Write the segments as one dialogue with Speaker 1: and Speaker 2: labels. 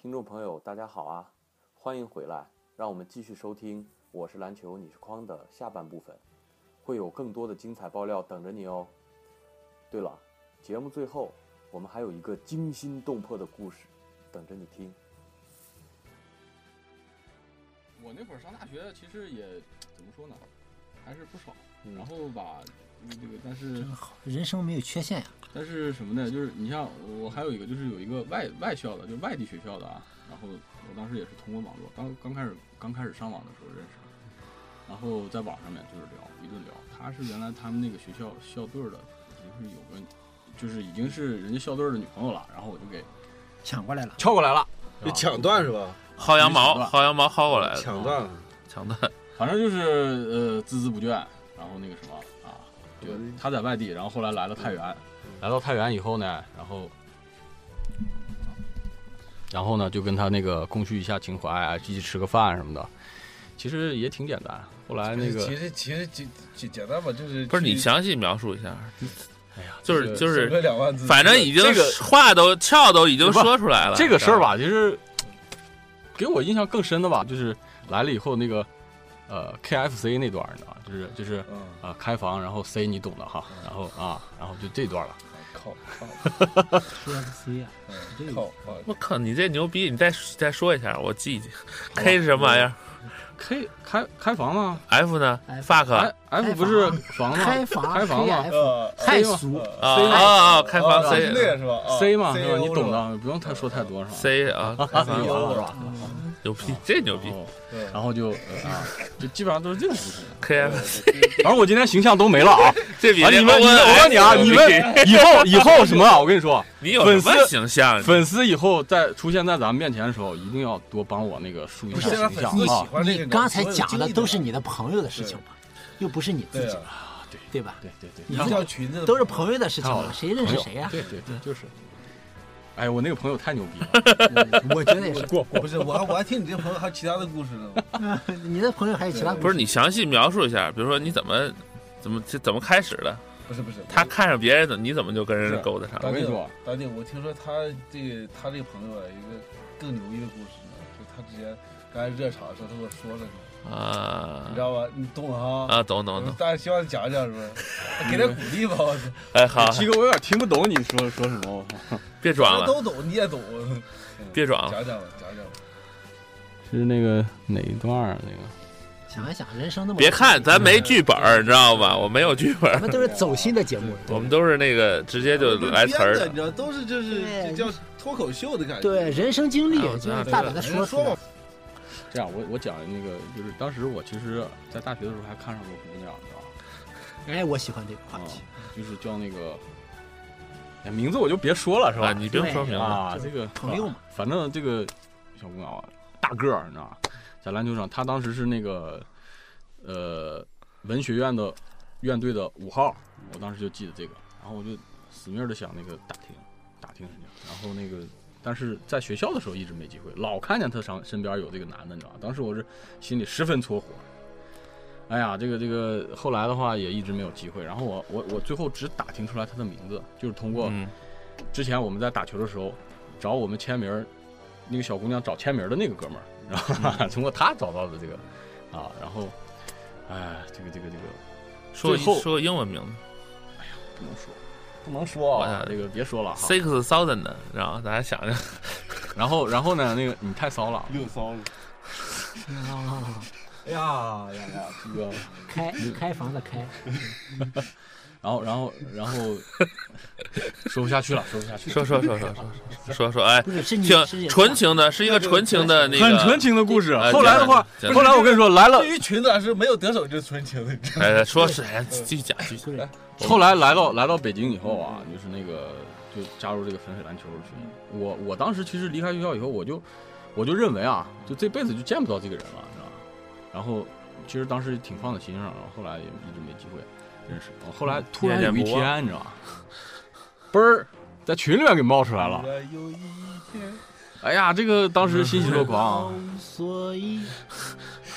Speaker 1: 听众朋友，大家好啊，欢迎回来，让我们继续收听《我是篮球你是筐》的下半部分，会有更多的精彩爆料等着你哦。对了，节目最后我们还有一个惊心动魄的故事等着你听。
Speaker 2: 我那会儿上大学，其实也怎么说呢，还是不少。然后吧，这个但是
Speaker 3: 真好，人生没有缺陷呀、
Speaker 2: 但是什么呢？就是你像我还有一个，就是有一个外外校的，就外地学校的啊。然后我当时也是通过网络，刚刚开始刚开始上网的时候认识的，然后在网上面就是聊一顿聊。她是原来他们那个学校校队儿的，已经是有个，就是已经是人家校队儿的女朋友了。然后我就给
Speaker 3: 抢过来了。
Speaker 2: 撬过来了，
Speaker 4: 就抢断是吧？
Speaker 5: 薅羊
Speaker 2: 抢
Speaker 5: 毛，
Speaker 2: 断
Speaker 5: 薅羊毛薅过来的，
Speaker 4: 抢断了，
Speaker 5: 抢断，
Speaker 2: 反正就是呃孜孜不倦，然后那个什么啊，就他在外地，然后后来来了太原，嗯来到太原以后呢，然后然后呢就跟他那个共叙一下情怀啊，一起吃个饭什么的，其实也挺简单。后来那个
Speaker 4: 其实其实简简简单吧，就是
Speaker 5: 不是你
Speaker 4: 去
Speaker 5: 详细描述一下，
Speaker 2: 哎呀，
Speaker 5: 就是就
Speaker 4: 省略
Speaker 5: 是，
Speaker 4: 两万字，
Speaker 5: 嗯反正已经
Speaker 2: 这个
Speaker 5: 话都跳都已经说出来了，
Speaker 2: 这个事儿吧，其实给我印象更深的吧，就是来了以后那个呃 KFC 那段儿，你知道吧？就是就是
Speaker 4: 嗯，
Speaker 2: 啊、开房，然后 C 你懂的哈，然后啊然后就这段了。
Speaker 4: 靠靠
Speaker 3: KFC 啊，这
Speaker 4: 靠
Speaker 3: 个
Speaker 4: 靠，
Speaker 5: 我靠，你这牛逼！你再再说一下，我记一记。K 是什么玩意儿
Speaker 2: K 开开房吗？
Speaker 5: ？F 呢
Speaker 3: F
Speaker 5: ？fuck 啊
Speaker 2: F 哎 F 不是房吗？
Speaker 3: 开房
Speaker 2: 开房啊嘛
Speaker 3: KF
Speaker 4: 呃
Speaker 3: 太
Speaker 2: C 嘛
Speaker 3: 俗，
Speaker 4: 呃
Speaker 5: 啊
Speaker 2: C 嘛
Speaker 5: 啊！开
Speaker 4: 啊
Speaker 5: 房
Speaker 4: 是那
Speaker 5: C
Speaker 4: 个是吧啊
Speaker 2: C 嘛是吧？
Speaker 4: CEO
Speaker 2: 你懂
Speaker 4: 是吧
Speaker 2: 的，不用太说太多是吧？
Speaker 5: C 啊，开
Speaker 2: 开
Speaker 5: 房
Speaker 2: 房了是吧？
Speaker 3: 嗯
Speaker 5: 牛逼，这牛逼
Speaker 2: 然后
Speaker 4: 对
Speaker 2: 然后就 呃啊，就基本上都是这种故事。
Speaker 5: ！K F
Speaker 2: 反正我今天形象都没了啊！
Speaker 5: 这比
Speaker 2: 啊，
Speaker 5: 那
Speaker 2: 你们，你们，我问你啊，你们以后以后什么啊？我 跟你说，
Speaker 5: 你有什
Speaker 2: 粉
Speaker 5: 么
Speaker 2: 丝
Speaker 5: 形象？
Speaker 2: 粉丝以后在出现在咱们面前的时候，一定要多帮我那个树一
Speaker 4: 不
Speaker 2: 下
Speaker 4: 是现在
Speaker 2: 形
Speaker 4: 粉
Speaker 2: 象
Speaker 4: 丝喜
Speaker 2: 啊！
Speaker 4: 欢这
Speaker 3: 你
Speaker 4: 个，
Speaker 3: 刚才讲的都是
Speaker 4: 你
Speaker 3: 你的朋友的事情嘛，又不是你自
Speaker 4: 对
Speaker 3: 己，
Speaker 4: 啊，
Speaker 3: 对吧？
Speaker 2: 对对对，
Speaker 3: 你
Speaker 4: 你
Speaker 3: 自
Speaker 4: 叫
Speaker 3: 己
Speaker 4: 裙子
Speaker 3: 都是朋友的事情
Speaker 2: 太好
Speaker 3: 了，
Speaker 2: 了
Speaker 3: 谁认识谁呀？
Speaker 2: 对对对，就是。哎，我那个朋友太牛逼了，
Speaker 3: 嗯我觉得也是。
Speaker 4: 友，不是我还我还听你这朋友还有其他的故事呢，
Speaker 3: 你的朋友还有其他
Speaker 5: 不是你详细描述一下，比如说你怎么怎么这怎么开始的？
Speaker 4: 不是不是
Speaker 2: 嗯
Speaker 5: 他看上别人的，你怎么就跟人家勾搭上
Speaker 2: 我
Speaker 5: 了？
Speaker 2: 跟你说，
Speaker 4: 当地我听说他这个他这个朋友啊，有一个更牛逼的故事呢，就他之前刚才热场的时候，他跟我说了，
Speaker 5: 啊
Speaker 4: 你知道吧？你懂了哈？
Speaker 5: 啊，懂懂
Speaker 2: 嗯
Speaker 5: 懂。
Speaker 4: 大嗯家希望你讲一讲 是不是？给点鼓励吧，我操！
Speaker 5: 哎，好，
Speaker 2: 七哥，我有点听不懂你说说什么。我操
Speaker 5: 别装
Speaker 4: 他
Speaker 5: 了，
Speaker 4: 都懂，你也懂。
Speaker 5: 别
Speaker 2: 啊
Speaker 5: 装了。
Speaker 4: 讲讲吧，讲讲吧。
Speaker 2: 是那个哪一段儿？那个
Speaker 3: 想一想，人生那么
Speaker 5: 别看咱没剧本儿，你知道吗？我没有剧本
Speaker 3: 咱
Speaker 5: 儿，
Speaker 3: 们都是走心的节目，
Speaker 5: 我们都是那个直接就来词儿
Speaker 4: 编的，
Speaker 5: 的
Speaker 4: 你。知道，都是就是
Speaker 3: 对
Speaker 4: 这叫脱口秀的感觉。
Speaker 3: 对人生经历
Speaker 2: 啊
Speaker 5: 哎
Speaker 4: 啊
Speaker 5: 我，知
Speaker 3: 就
Speaker 5: 道
Speaker 3: 是大胆的
Speaker 4: 说
Speaker 3: 说出来
Speaker 4: 吧。，
Speaker 2: 这样，我我讲那个，就是当时我其实，在大学的时候还看上过姑娘，你知道吧？
Speaker 3: 哎，我喜欢这个话
Speaker 2: 啊
Speaker 3: 题。，
Speaker 2: 就是叫那个，哎，名字我就别说了，是吧？
Speaker 5: 啊，你不用说明了。
Speaker 2: 啊，
Speaker 3: 就
Speaker 2: 这个
Speaker 3: 朋友嘛，
Speaker 2: 啊反正这个小姑娘啊，大个儿，你知道吧？在篮球场，她当时是那个呃文学院的院队的五号，我当时就记得这个，然后我就死命的想那个打听打听人家，然后那个。但是在学校的时候一直没机会，老看见她上身边有这个男的，你知道吧？当时我是心里十分搓火。哎呀，这个这个，后来的话也一直没有机会。然后我我我最后只打听出来她的名字，就是通过
Speaker 5: 嗯，
Speaker 2: 之前我们在打球的时候，找我们签名儿，那个小姑娘找签名儿的那个哥们儿，然后 通过他找到的这个，啊，然后，哎，这个这个这个
Speaker 5: 说
Speaker 2: 最后
Speaker 5: 说英文名字
Speaker 2: 不能说，不能说
Speaker 5: 我
Speaker 2: 啊
Speaker 5: 想，
Speaker 2: 这个别说了哈。
Speaker 5: ，Six Thousand 的，然后大家想想，
Speaker 2: 然后然后呢，那个你太骚了，
Speaker 4: 六骚了。 哎呀呀呀！
Speaker 2: 这个，
Speaker 3: 开开房的开，
Speaker 2: 然后然后然 后说不下去了，说不下去了，
Speaker 5: 说说说说说说说说，哎，
Speaker 3: 不是是你是
Speaker 5: 挺
Speaker 3: 也
Speaker 5: 纯情的，是一个纯情的那个，
Speaker 2: 很纯情的故事。
Speaker 5: 呃
Speaker 2: 后来的话，
Speaker 5: 讲
Speaker 2: 后来我跟你说来了
Speaker 4: 对，于群短是没有得手就是纯情的，
Speaker 5: 哎，说是，哎继续讲，继
Speaker 3: 不
Speaker 5: 续
Speaker 3: 是
Speaker 2: 后来来到来到北京以后啊，就是那个就加入这个粉水篮球群。我我当时其实离开学校以后，我就我就认为啊，就这辈子就见不到这个人了，你知道吧？然后其实当时挺放在心上，然后后来也一直没机会认识。后来突然有一
Speaker 5: 念念不
Speaker 2: 天，你知道吧？嘣儿在群里面给冒出来了。
Speaker 4: 有一天
Speaker 2: 哎呀，这个当时欣喜若狂啊。
Speaker 3: 所以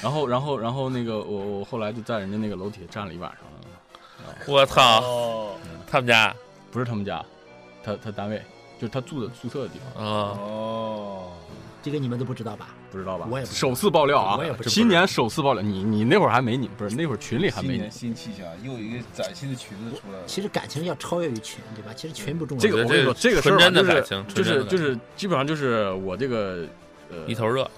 Speaker 2: 然后然后然后那个我我后来就在人家那个楼底下站了一晚上，
Speaker 5: 我操，
Speaker 4: 哦
Speaker 5: 他们家，
Speaker 2: 不是他们家，他他单位，就是他住的宿舍的地方。
Speaker 5: 嗯，
Speaker 4: 哦，
Speaker 3: 这个你们都不知道吧？
Speaker 2: 不知道吧？
Speaker 3: 我也不知道
Speaker 2: 首次爆料啊
Speaker 3: 我也不，知道
Speaker 2: 新年首次爆料，你你那会儿还没你，不是那会儿群里还
Speaker 4: 新
Speaker 2: 没你
Speaker 4: 年。新气象，又有一个崭新的裙子出来了。
Speaker 3: 其实感情要超越于群，对吧？其实群不重要，
Speaker 2: 这个我跟你说，这
Speaker 5: 这
Speaker 2: 个
Speaker 5: 个
Speaker 2: 事儿吧
Speaker 5: 纯真的
Speaker 2: 就是
Speaker 5: 感情
Speaker 2: 就
Speaker 5: 纯真
Speaker 2: 是
Speaker 5: 的
Speaker 2: 就是基本上就是我这个呃
Speaker 5: 一头热，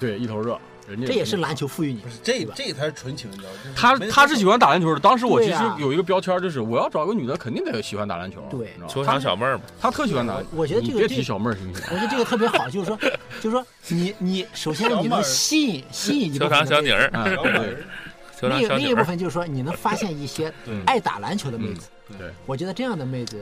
Speaker 2: 对一头热，人家
Speaker 3: 这也是篮球赋予你
Speaker 4: 不。是这
Speaker 3: 对吧
Speaker 4: 这才是纯情，你知道吗？就是
Speaker 2: 他
Speaker 4: 没
Speaker 2: 他是喜欢打篮球的。当时我其
Speaker 3: 对
Speaker 2: 实
Speaker 3: 啊
Speaker 2: 有一个标签，就是我要找个女的，肯定得喜欢打篮球。啊
Speaker 3: 对
Speaker 2: 你知道吧
Speaker 5: 球场小妹儿嘛，
Speaker 2: 他他特喜欢打篮球。
Speaker 3: 我觉得这个
Speaker 2: 你别
Speaker 3: 这
Speaker 2: 提小妹儿行不行？
Speaker 3: 我觉得这个特别好，就是说， 就是说你你首先
Speaker 4: 小
Speaker 3: 你
Speaker 4: 妹儿
Speaker 3: 能吸引吸引一
Speaker 5: 球
Speaker 3: 部
Speaker 5: 场
Speaker 3: 分
Speaker 5: 小
Speaker 3: 的
Speaker 5: 女
Speaker 3: 妹子，
Speaker 5: 儿，
Speaker 2: 哎，对，
Speaker 5: 球
Speaker 3: 另
Speaker 5: 场
Speaker 3: 一
Speaker 5: 小
Speaker 3: 另
Speaker 5: 女
Speaker 3: 一部
Speaker 5: 儿，
Speaker 3: 分就是说你能发现一些
Speaker 2: 对
Speaker 3: 爱打篮球的妹子。
Speaker 2: 对，
Speaker 3: 我觉得这样的妹子，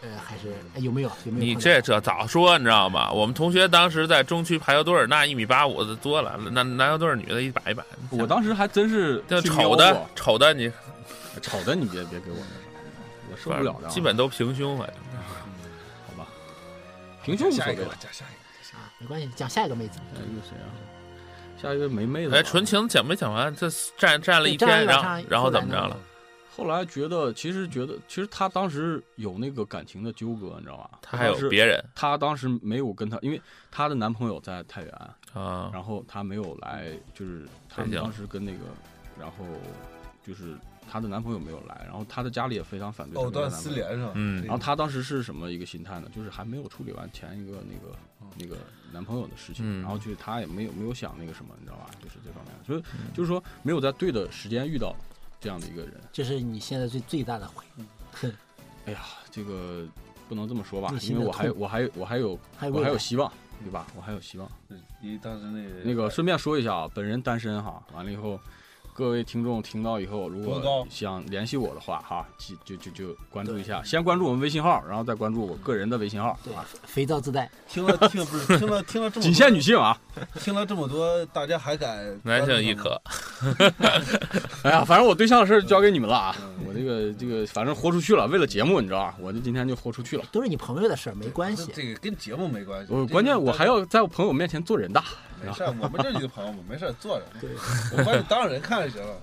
Speaker 3: 呃，还是哎有没有有没有？
Speaker 5: 你这这早说，你知道吗？我们同学当时在中区排球队儿，那一米八五的多了，男篮球队儿女的一百一百，
Speaker 2: 我当时还真是
Speaker 5: 就
Speaker 2: 去瞄
Speaker 5: 丑
Speaker 2: 过
Speaker 5: 的丑的你，
Speaker 2: 丑的，你别别给我那啥，我受不了的啊。
Speaker 5: 基本都平胸，反正
Speaker 2: 平胸无所
Speaker 4: 下
Speaker 2: 谓
Speaker 4: 一个
Speaker 2: 了
Speaker 4: 吧，。加下一个。
Speaker 3: 啊，没关系，讲下一个妹子。
Speaker 2: 下一个谁啊？下一个没妹子吧。
Speaker 5: 哎，纯情讲没讲完？这站站了一
Speaker 3: 对站
Speaker 5: 天，
Speaker 3: 了一晚
Speaker 5: 然
Speaker 3: 上后
Speaker 5: 后然后
Speaker 3: 来
Speaker 5: 怎么
Speaker 3: 呢
Speaker 2: 嗯
Speaker 5: 着了？
Speaker 2: 后来觉得，其实觉得，其实他当时有那个感情的纠葛，你知道吧？
Speaker 5: 他还有
Speaker 2: 当时
Speaker 5: 别人
Speaker 2: 他当时没有跟他，因为她的男朋友在太原，
Speaker 5: 啊，
Speaker 2: 然后她没有来，就是他
Speaker 5: 北
Speaker 2: 们
Speaker 5: 京
Speaker 2: 当时跟那个，然后就是她的男朋友没有来，然后她的家里也非常反对她
Speaker 4: 藕
Speaker 2: 跟她
Speaker 4: 断
Speaker 2: 男
Speaker 4: 丝
Speaker 2: 朋友。
Speaker 4: 连是吧？
Speaker 5: 嗯
Speaker 2: 然后她当时是什么一个心态呢？就是还没有处理完前一个那个那个男朋友的事情，
Speaker 5: 嗯
Speaker 2: 然后就是她也没有没有想那个什么，你知道吧？就是这方面，所以就是说没有在对的时间遇到这样的一个人。
Speaker 3: 这是你现在最最大的悔，
Speaker 2: 哎呀，这个不能这么说吧
Speaker 3: 内，
Speaker 2: 因
Speaker 3: 心的
Speaker 2: 为我还
Speaker 3: 痛
Speaker 2: 我还我还有
Speaker 3: 还有
Speaker 2: 我
Speaker 3: 未
Speaker 2: 还有
Speaker 3: 来
Speaker 2: 希望，对吧？我还有希望。
Speaker 4: 对因为当时那个
Speaker 2: 那个顺便说一下啊，本人单身哈，完了以后，各位听众听到以后，如
Speaker 4: 多高
Speaker 2: 果想联系我的话哈，记就就就关注一下，先关注我们微信号，然后再关注我个人的微信号，
Speaker 3: 对，肥皂自带。
Speaker 4: 听了听不是听了听了这么多
Speaker 2: 仅限女性啊。
Speaker 4: 听了这么多，大家还敢
Speaker 5: 男性亦
Speaker 4: 关
Speaker 5: 可，
Speaker 2: 嗯 哎呀，反正我对象的事儿交给你们了啊，我这个这个反正豁出去了，为了节目你知道啊吧，我这今天就豁出去了。
Speaker 3: 都是你朋友的事儿，没
Speaker 4: 注吗
Speaker 3: 关
Speaker 4: 这
Speaker 3: 系。
Speaker 4: 这个跟节目没关系。
Speaker 2: 我
Speaker 4: 这个
Speaker 2: 关键我
Speaker 4: 大
Speaker 2: 还
Speaker 4: 家
Speaker 2: 要在我朋友面前做人大，
Speaker 4: 没事儿，我们这里的朋友们没事儿坐着，
Speaker 3: 对
Speaker 4: 我把你当人看就行了。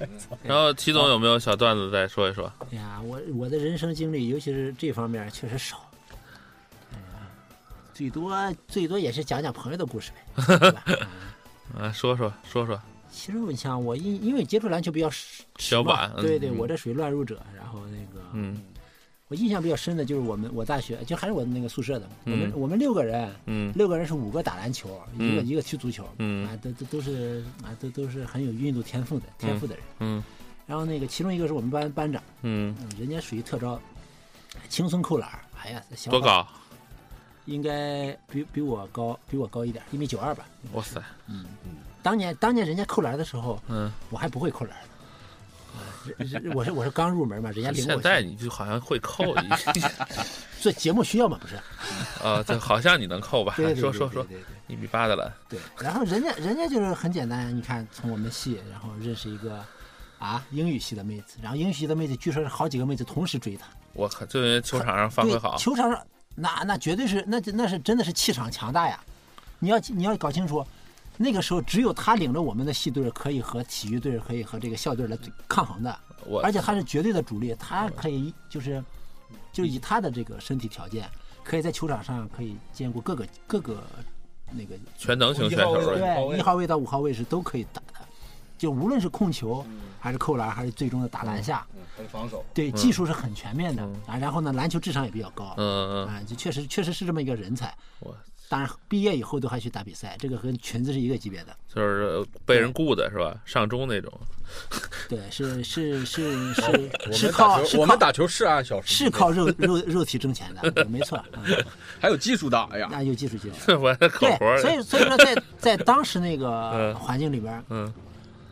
Speaker 5: 然后齐总有没有小段子再说一说？
Speaker 3: 哎呀，我我的人生经历，尤其是这方面确实少。哎呀，最多最多也是讲讲朋友的故事呗。对吧啊
Speaker 5: 啊，说说说说，
Speaker 3: 其实你像我因因为接触篮球比较少
Speaker 5: 小
Speaker 3: 嘛
Speaker 5: 婉，嗯
Speaker 3: 对对，我这属于乱入者。然后那个，
Speaker 5: 嗯
Speaker 3: 我印象比较深的就是我们我大学就还是我那个宿舍的，我
Speaker 5: 嗯
Speaker 3: 们我们六个人，
Speaker 5: 嗯
Speaker 3: 六个人是五个打篮球，一个
Speaker 5: 嗯
Speaker 3: 一个踢足球，
Speaker 5: 嗯
Speaker 3: 啊，都都都是啊都都是很有运动天赋的天赋的人。
Speaker 5: 嗯
Speaker 3: 然后那个其中一个是我们班班长，
Speaker 5: 嗯，
Speaker 3: 嗯人家属于特招，轻松扣篮儿。哎呀，小
Speaker 5: 多
Speaker 3: 伙
Speaker 5: 高？
Speaker 3: 应该比比我高，比我高一点，一米九二吧。
Speaker 5: 哇塞，
Speaker 2: 哎
Speaker 3: 当年当年人家扣篮的时候，
Speaker 5: 嗯，
Speaker 3: 我还不会扣篮呢。呃人人我是我是刚入门嘛，人家领
Speaker 5: 现
Speaker 3: 我
Speaker 5: 在
Speaker 3: 去
Speaker 5: 你就好像会扣一
Speaker 3: 做节目需要嘛，不是？
Speaker 5: 啊，这好像你能扣吧？
Speaker 3: 对对对
Speaker 5: 说说说，
Speaker 3: 对对对
Speaker 5: 一米八的了，
Speaker 3: 对。然后人家人家就是很简单，你看从我们系，然后认识一个啊英语系的妹子，然后英语系的妹子据说是好几个妹子同时追她，
Speaker 5: 我靠，就因为球场上发挥
Speaker 3: 对
Speaker 5: 好，
Speaker 3: 球场上那那绝对是那那是真的是气场强大呀！你要你要搞清楚，那个时候只有他领着我们的系队儿可以和体育队儿可以和这个校队儿来对抗衡的，
Speaker 5: 我
Speaker 3: 而且他是绝对的主力，他可以就是就是以他的这个身体条件，可以在球场上可以兼顾各个各个那个
Speaker 5: 全能型选手
Speaker 4: 我一号位五
Speaker 5: 了，
Speaker 4: 号
Speaker 3: 对
Speaker 4: 位
Speaker 3: 一号位到五号位是都可以打的，就无论是控球还是扣篮还是最终的打篮下，
Speaker 4: 嗯，还有防守，
Speaker 3: 对技术是很全面
Speaker 2: 嗯
Speaker 3: 的啊。然后呢，篮球智商也比较高，
Speaker 5: 嗯嗯，
Speaker 3: 啊，就确实确实是这么一个人才。
Speaker 5: 我
Speaker 3: 当然，毕业以后都还去打比赛，这个和裙子是一个级别的。
Speaker 5: 就是被人雇的是吧？上中那种，
Speaker 3: 对，是 是是是
Speaker 2: 我
Speaker 3: 是
Speaker 2: 们打
Speaker 3: 靠
Speaker 2: 球，
Speaker 3: 是
Speaker 2: 我
Speaker 3: 靠
Speaker 2: 们打球是啊按小时，
Speaker 3: 是靠肉肉肉体挣钱的，对没错。啊
Speaker 2: 还有技术的，哎呀，
Speaker 3: 那有技术技术。
Speaker 5: 我还口
Speaker 3: 对，
Speaker 5: 活
Speaker 3: 所
Speaker 5: 儿，
Speaker 3: 以所以说在在当时那
Speaker 5: 嗯
Speaker 3: 个 环境里边，
Speaker 5: 嗯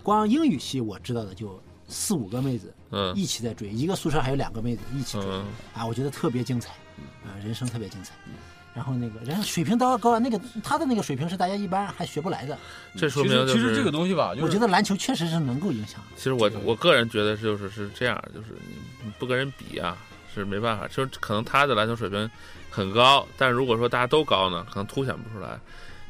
Speaker 3: 光英语系我知道的就四五个妹子
Speaker 5: 嗯
Speaker 3: 一起在追，一个宿舍还有两个妹子一起追
Speaker 5: 嗯
Speaker 3: 啊，我觉得特别精彩，啊，人生特别精彩。然后那个，然后水平高高啊，那个他的那个水平是大家一般还学不来的。
Speaker 5: 这说
Speaker 2: 其
Speaker 5: 明
Speaker 2: 实
Speaker 5: 就
Speaker 2: 其实
Speaker 5: 是
Speaker 2: 这个东西吧，就是
Speaker 3: 我觉得篮球确实是能够影响。
Speaker 5: 其实我我个人觉得是就是是这样，就是你不跟人比啊，是没办法。就是可能他的篮球水平很高，但是如果说大家都高呢，可能凸显不出来。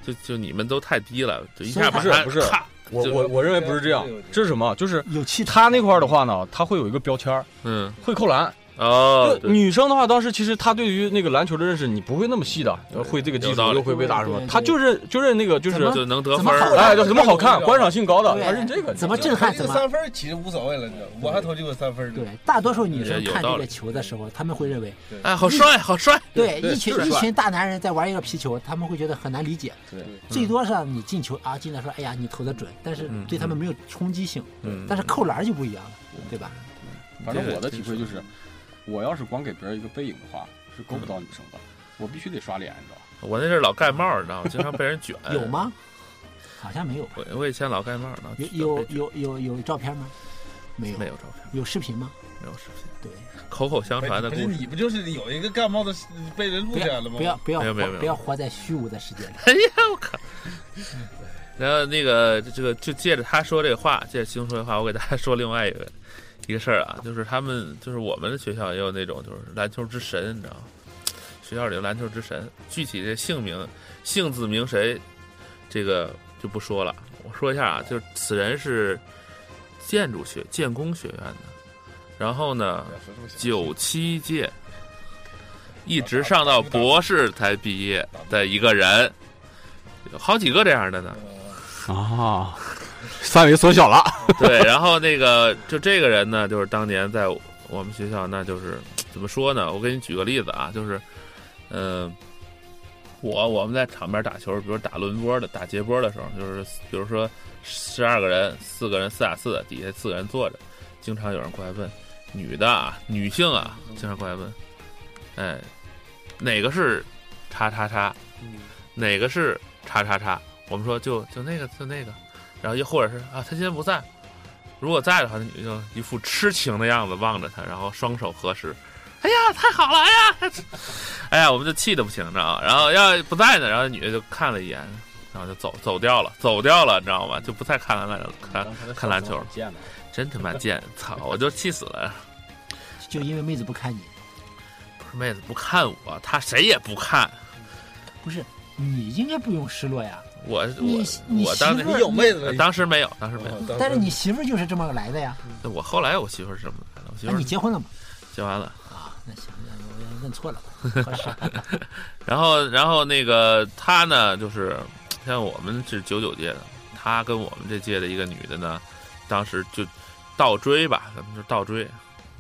Speaker 5: 就就你们都太低了，就一
Speaker 3: 所以
Speaker 5: 下把
Speaker 2: 不是
Speaker 5: 他
Speaker 2: 不是
Speaker 5: 咔
Speaker 2: 我
Speaker 5: 就
Speaker 2: 我我认为不是这样
Speaker 4: 对对对，
Speaker 2: 这是什么？就是
Speaker 3: 有气场。
Speaker 2: 他那块儿的话呢，他会有一个标签儿，
Speaker 5: 嗯
Speaker 2: 会扣篮，
Speaker 5: 哦，
Speaker 2: 就
Speaker 5: 对
Speaker 2: 女生的话，当时其实她对于那个篮球的认识，你不会那么细的，会这个技
Speaker 5: 有道
Speaker 2: 术，
Speaker 5: 理
Speaker 2: 又会被打什么
Speaker 3: 对对，对
Speaker 2: 她就认就认那个就是
Speaker 3: 怎么
Speaker 5: 就能得
Speaker 3: 怎
Speaker 5: 分
Speaker 3: 么
Speaker 5: 儿
Speaker 3: 后来
Speaker 2: 哎，叫什么好看，
Speaker 4: 对
Speaker 2: 观赏性高的，
Speaker 3: 对
Speaker 2: 她认这个。
Speaker 3: 怎么
Speaker 2: 你知
Speaker 3: 震
Speaker 2: 道吗
Speaker 3: 撼
Speaker 4: 这个
Speaker 3: 怎么
Speaker 4: 三分儿其实无所谓了，你知道，我还投进过三分儿呢。
Speaker 3: 对，大多数女
Speaker 5: 也
Speaker 3: 生
Speaker 5: 有
Speaker 3: 看
Speaker 5: 道
Speaker 3: 这
Speaker 5: 理
Speaker 3: 个球的时候，她们会认为，
Speaker 5: 哎，好帅，好帅，
Speaker 3: 对
Speaker 2: 对
Speaker 3: 一群
Speaker 2: 就是
Speaker 3: 一
Speaker 2: 帅
Speaker 3: 群大男人在玩一个皮球，他们会觉得很难理解。
Speaker 4: 对，
Speaker 3: 最多是你进球啊，进来说，哎呀，你投的准，但是
Speaker 5: 嗯
Speaker 3: 对他们没有冲击性。
Speaker 5: 嗯
Speaker 3: 但是扣篮就不一样了，对吧？。
Speaker 2: 反正我的体会就是，我要是光给别人一个背影的话，是勾不
Speaker 5: 嗯
Speaker 2: 到女生的，我必须得刷脸，你知道吧？
Speaker 5: 我那阵儿老盖帽儿，你知道吗？经常被人卷
Speaker 3: 有？吗？好像没有吧？
Speaker 5: 我哎我以前老盖帽儿，然后
Speaker 3: 有
Speaker 5: 被
Speaker 3: 有
Speaker 5: 卷
Speaker 3: 有有有照片吗？没有。
Speaker 5: 没有照片，
Speaker 3: 有视频吗？
Speaker 5: 没有视频，
Speaker 3: 对，
Speaker 5: 口口相传的
Speaker 4: 不
Speaker 5: 故
Speaker 4: 哎是
Speaker 5: 事。
Speaker 4: 你不就是有一个干帽的被人录
Speaker 3: 不
Speaker 4: 下来
Speaker 3: 要
Speaker 4: 了吗？
Speaker 3: 不要不要
Speaker 5: 哦没有没有
Speaker 3: 活
Speaker 5: 没有
Speaker 3: 不要活在虚无的世界里。
Speaker 5: 哎呀，我靠！然后那个这个就借着他说这个话，借着其中说这话，我给大家说另外一个一个事儿啊，就是他们就是我们的学校也有那种就是篮球之神，你知道吗？学校里有篮球之神，具体这姓名姓字名谁，这个就不说了。我说一下啊，就是此人是建筑学建工学院的，然后呢，
Speaker 4: 说这么小
Speaker 5: 九七届，一直上到博士才毕业的一个人，有好几个这样的呢。
Speaker 2: 啊，范围缩小了。
Speaker 5: 对，然后那个就这个人呢，就是当年在我们学校，那就是怎么说呢？我给你举个例子啊，就是，嗯、我我们在场边打球，比如打轮波的、打接波的时候，就是比如说十二个人，四个人四打四，底下四个人坐着，经常有人过来问，女的啊，女性啊，经常过来问，哎，哪个是叉叉叉？哪个是叉叉叉？我们说就就那个就那个，然后又或者是啊，他今天不在。如果在的话，你就一副痴情的样子望着他，然后双手合十。哎呀，太好了！哎呀， 哎呀，我们就气得不行，你知道吗？然后要不在呢，然后女的就看了一眼，然后就走走掉了，走掉了，你知道吗？就不再看篮了，看看篮球了，真他妈贱！操，我就气死了。
Speaker 3: 就因为妹子不看你，
Speaker 5: 不是妹子不看我，她谁也不看
Speaker 3: 不是你应该不用失落呀。
Speaker 5: 我，
Speaker 3: 你
Speaker 5: 我
Speaker 3: 你
Speaker 5: 我
Speaker 3: 媳
Speaker 5: 当
Speaker 3: 妇
Speaker 5: 时
Speaker 3: 儿
Speaker 4: 你有妹子了，
Speaker 5: 当时没有，当时没有。
Speaker 4: 哦
Speaker 3: 但是你媳妇儿就是这么来的呀。
Speaker 5: 我后来我媳妇儿是这么来的，我媳
Speaker 3: 那
Speaker 5: 妇
Speaker 3: 你
Speaker 5: 儿
Speaker 3: 结婚了吗？
Speaker 5: 结完了。
Speaker 3: 啊，那行，那我认错了吧， 合适。
Speaker 5: 然后，然后那个她呢，就是像我们是九九届的，她跟我们这届的一个女的呢，当时就倒追吧，咱们就倒追，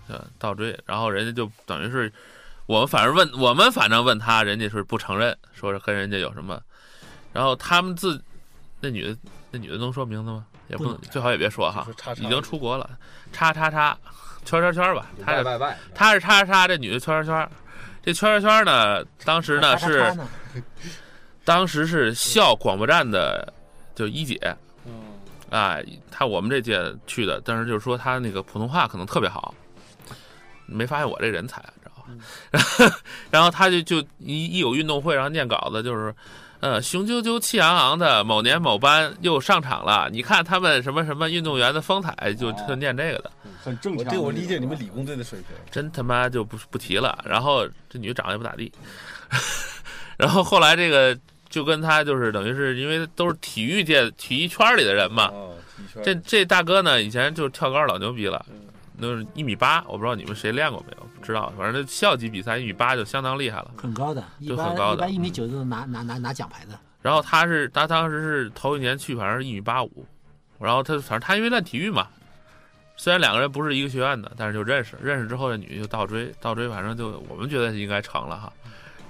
Speaker 5: 呃，倒追。然后人家就等于是我们反正问我们反正问她，人家是不承认，说是跟人家有什么。然后他们自那女的那女的能说名字吗？也不能，
Speaker 3: 不能
Speaker 5: 最好也别说哈
Speaker 4: 就说叉，叉
Speaker 5: 啊已经出国了，叉叉叉，圈圈圈吧，她
Speaker 1: 拜
Speaker 5: 是
Speaker 1: 拜拜，
Speaker 5: 她是叉叉叉，这女的圈圈圈。这圈圈圈呢，当时呢
Speaker 3: 叉叉
Speaker 5: 是
Speaker 3: 叉呢
Speaker 5: 当时是校广播站的，就一姐，啊，她我们这届去的，但是就是说她那个普通话可能特别好，没发现我这人才，知道吧？ 然后她就就一一有运动会，然后念稿子就是。呃，雄赳赳气昂昂的某年某班又上场了，你看他们什么什么运动员的风采，就就念这个的。
Speaker 2: 很正
Speaker 4: 我
Speaker 2: 常。
Speaker 4: 对我理解你们理工队的水平，
Speaker 5: 真他妈就不不提了。然后这女的长得也不咋地， 然后后来这个就跟他就是等于是因为都是体育界体育圈里的人嘛，
Speaker 4: 哦，一圈儿
Speaker 5: 这这大哥呢以前就是跳高老牛逼了，那是一米八，我不知道你们谁练过没有，不知道，反正这校级比赛一米八就相当厉害了。
Speaker 3: 很高的，一
Speaker 5: 就
Speaker 3: 般
Speaker 5: 很高的
Speaker 3: 一般一米九就能拿拿拿拿奖牌的。
Speaker 5: 然后他是他当时是头一年去，反正是一米八五，然后他反正他因为练体育嘛，虽然两个人不是一个学院的，但是就认识，认识之后这女的就倒追倒追，反正就我们觉得应该成了哈。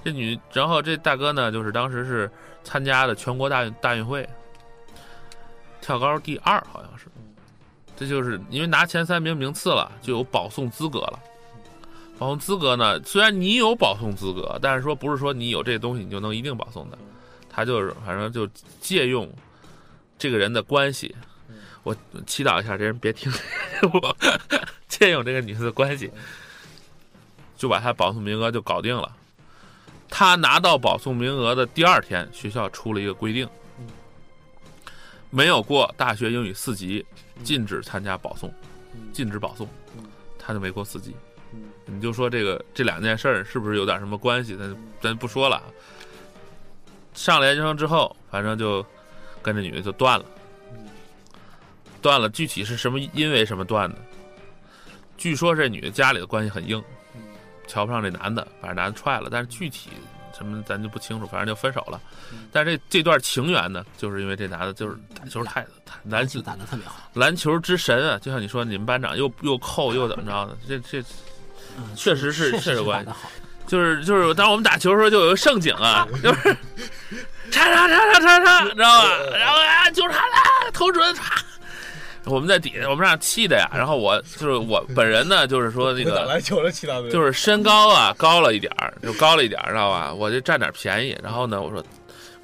Speaker 5: 这女，然后这大哥呢，就是当时是参加的全国大运大运会，跳高第二好像是，这就是因为拿前三名名次了，就有保送资格了。保送资格呢，虽然你有保送资格，但是说不是说你有这东西你就能一定保送的，他就是反正就借用这个人的关系，我祈祷一下这人别听我， 借用这个女的关系，就把他保送名额就搞定了。他拿到保送名额的第二天，学校出了一个规定，没有过大学英语四级，禁止参加保送，禁止保送，他就没过四级。你就说这个这两件事儿是不是有点什么关系？咱咱不说了啊。上了研究生之后，反正就跟这女的就断了，断了。具体是什么因为什么断的？据说这女的家里的关系很硬，
Speaker 4: 嗯
Speaker 5: 瞧不上这男的，把这男的踹了，但是具体什么咱就不清楚，反正就分手了。但是这这段情缘呢，就是因为这男的就是打球嗯太太篮球
Speaker 3: 球打得特别好，
Speaker 5: 篮球之神啊，就像你说你们班长又又扣又怎么着的，这这
Speaker 3: 嗯
Speaker 5: 确实是
Speaker 3: 确
Speaker 5: 是
Speaker 3: 实
Speaker 5: 有
Speaker 3: 是
Speaker 5: 关
Speaker 3: 打得好。
Speaker 5: 就是就是，当我们打球的时候就有个盛景 啊，就是叉叉叉叉叉叉，知道吧？然后啊，就是他啦，投准叉。我们在底下，我们俩气的呀。然后我就是我本人呢，就是说那
Speaker 4: 会打
Speaker 5: 个
Speaker 4: 篮球的其他队
Speaker 5: 就是身高啊高了一点儿，就高了一点儿，知道吧？我就占点便宜。然后呢，我说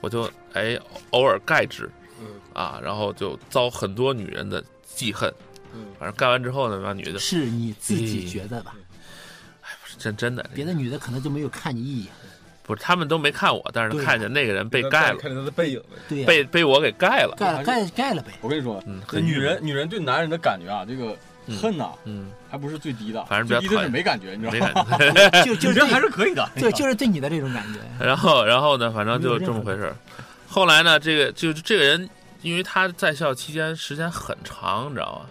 Speaker 5: 我就哎偶尔盖之
Speaker 4: 嗯
Speaker 5: 啊，然后就遭很多女人的记恨。
Speaker 4: 嗯
Speaker 5: 反正盖完之后呢，那女的
Speaker 3: 是你自己觉得吧？
Speaker 5: 真真的
Speaker 3: 别的女的可能就没有看你一眼。
Speaker 5: 不是，他们都没看我，但是
Speaker 3: 对
Speaker 5: 看见那个人被
Speaker 4: 那
Speaker 5: 盖
Speaker 4: 看
Speaker 5: 了。
Speaker 4: 看着他的背影了。
Speaker 3: 对呀、
Speaker 5: 被被我给盖了。
Speaker 3: 盖了盖盖了呗。
Speaker 2: 我跟你说，
Speaker 5: 嗯，
Speaker 2: 这
Speaker 5: 很
Speaker 2: 女
Speaker 5: 郁闷
Speaker 2: 人，女人对男人的感觉啊，这个恨呐、
Speaker 5: 嗯，
Speaker 2: 还不是最低的，
Speaker 5: 反正比较
Speaker 2: 最低的
Speaker 5: 讨
Speaker 2: 是
Speaker 5: 厌
Speaker 2: 没感觉，你知道
Speaker 5: 没
Speaker 2: 吗？
Speaker 5: 感觉。
Speaker 3: 就就
Speaker 2: 你
Speaker 3: 是
Speaker 2: 这
Speaker 3: 对
Speaker 2: 还是可以的，
Speaker 5: 哎
Speaker 3: 对，就是对你的这种感觉。
Speaker 5: 然后然后呢，反正就这么回事儿。后来呢，这个就是这个人，因为他在校期间时间很长，你知道吗？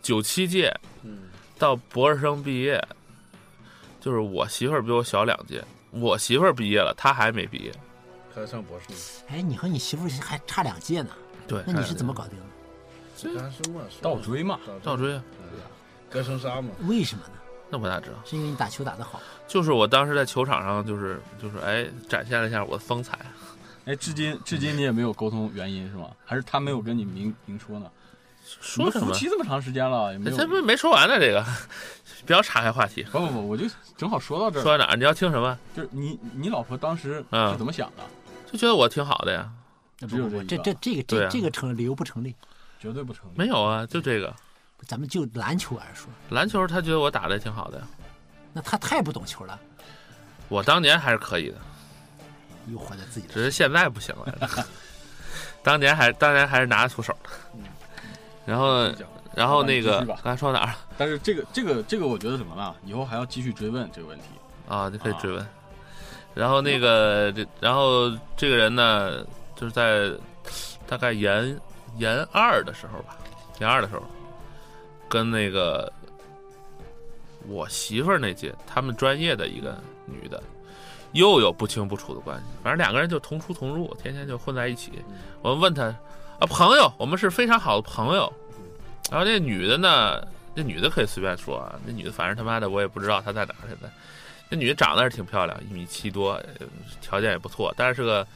Speaker 5: 九七届
Speaker 1: 嗯，
Speaker 5: 到博士生毕业，就是我媳妇儿比我小两届，我媳妇儿毕业了，她还没毕业。
Speaker 4: 他上博士，
Speaker 3: 哎，你和你媳妇儿还差两届呢，
Speaker 5: 对，
Speaker 3: 那你是怎么
Speaker 5: 搞？
Speaker 3: 搞定的？
Speaker 4: 干什么？啊
Speaker 2: 倒追嘛，
Speaker 5: 倒追啊？
Speaker 4: 隔层纱嘛。
Speaker 3: 为什么呢？
Speaker 5: 那我哪知道？
Speaker 3: 是因为你打球打得好，
Speaker 5: 就是我当时在球场上，就是就是哎，展现了一下我的风采。
Speaker 2: 哎，至今至今你也没有沟通原因是吗？还是他没有跟你明明说呢？
Speaker 5: 说什
Speaker 2: 你们
Speaker 5: 么哎
Speaker 2: 夫？妻这么长时间了，也没有。
Speaker 5: 这不没说完呢，这个 不要岔开话题。
Speaker 2: 不不不，我就正好说到这
Speaker 5: 说
Speaker 2: 儿，
Speaker 5: 到哪儿？你要听什么？
Speaker 2: 就是你你老婆当时
Speaker 5: 嗯
Speaker 2: 是怎么想的？
Speaker 5: 就觉得我挺好的呀，
Speaker 3: 那
Speaker 2: 只有
Speaker 3: 不不不，
Speaker 2: 这
Speaker 3: 这
Speaker 2: 一个
Speaker 3: 这这个
Speaker 5: 对
Speaker 3: 这
Speaker 5: 啊
Speaker 3: 这个成理由不成立。
Speaker 2: 绝对不成立。
Speaker 5: 没有啊，就这个
Speaker 3: 咱们就篮球而说，
Speaker 5: 篮球，他觉得我打的也挺好的呀，
Speaker 3: 那他太不懂球了，
Speaker 5: 我当年还是可以的，
Speaker 3: 又活在自己的。
Speaker 5: 只是现在不行了。 当年还当年还是拿得出手的，然后然后那
Speaker 2: 好吧嗯你继续
Speaker 5: 个
Speaker 2: 吧
Speaker 5: 刚才说哪儿了
Speaker 2: 但是这个这个这个，我觉得什么呢？以后还要继续追问这个问题。
Speaker 5: 啊？你可以追问。然后那个这然后这个人呢，就是在大概研研二的时候吧，研二的时候，跟那个我媳妇儿那届他们专业的一个女的，又有不清不楚的关系。反正两个人就同出同入，天天就混在一起。我们问她啊，朋友，我们是非常好的朋友。然后那女的呢，那女的可以随便说啊，那女的反正他妈的我也不知道她在哪儿现在。那女的长得是挺漂亮，一米七多，呃条件也不错，但是是个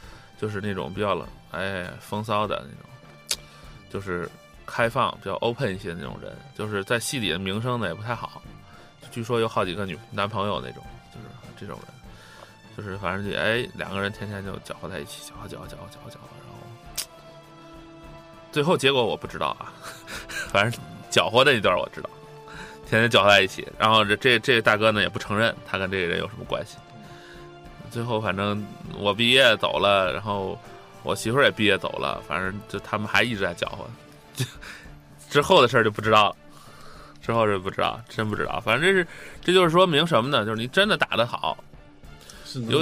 Speaker 5: 就是那种比较冷，哎，风骚的那种，就是开放、比较 open 一些的那种人，就是在系里的名声呢也不太好，据说有好几个女男朋友那种，就是这种人，就是反正就哎两个人天天就搅和在一起，搅和搅和搅和搅和搅和，然后最后结果我不知道啊， 反正搅和的那段我知道，天天搅和在一起，然后这这这大哥呢也不承认他跟这个人有什么关系，最后反正我毕业走了，然后我媳妇儿也毕业走了，反正就他们还一直在搅 和，之后的事儿就不知道了。之后就不知道，真不知道。反正这是，这就是说明什么呢？就是你真的打得好，
Speaker 4: 嗯是
Speaker 5: 尤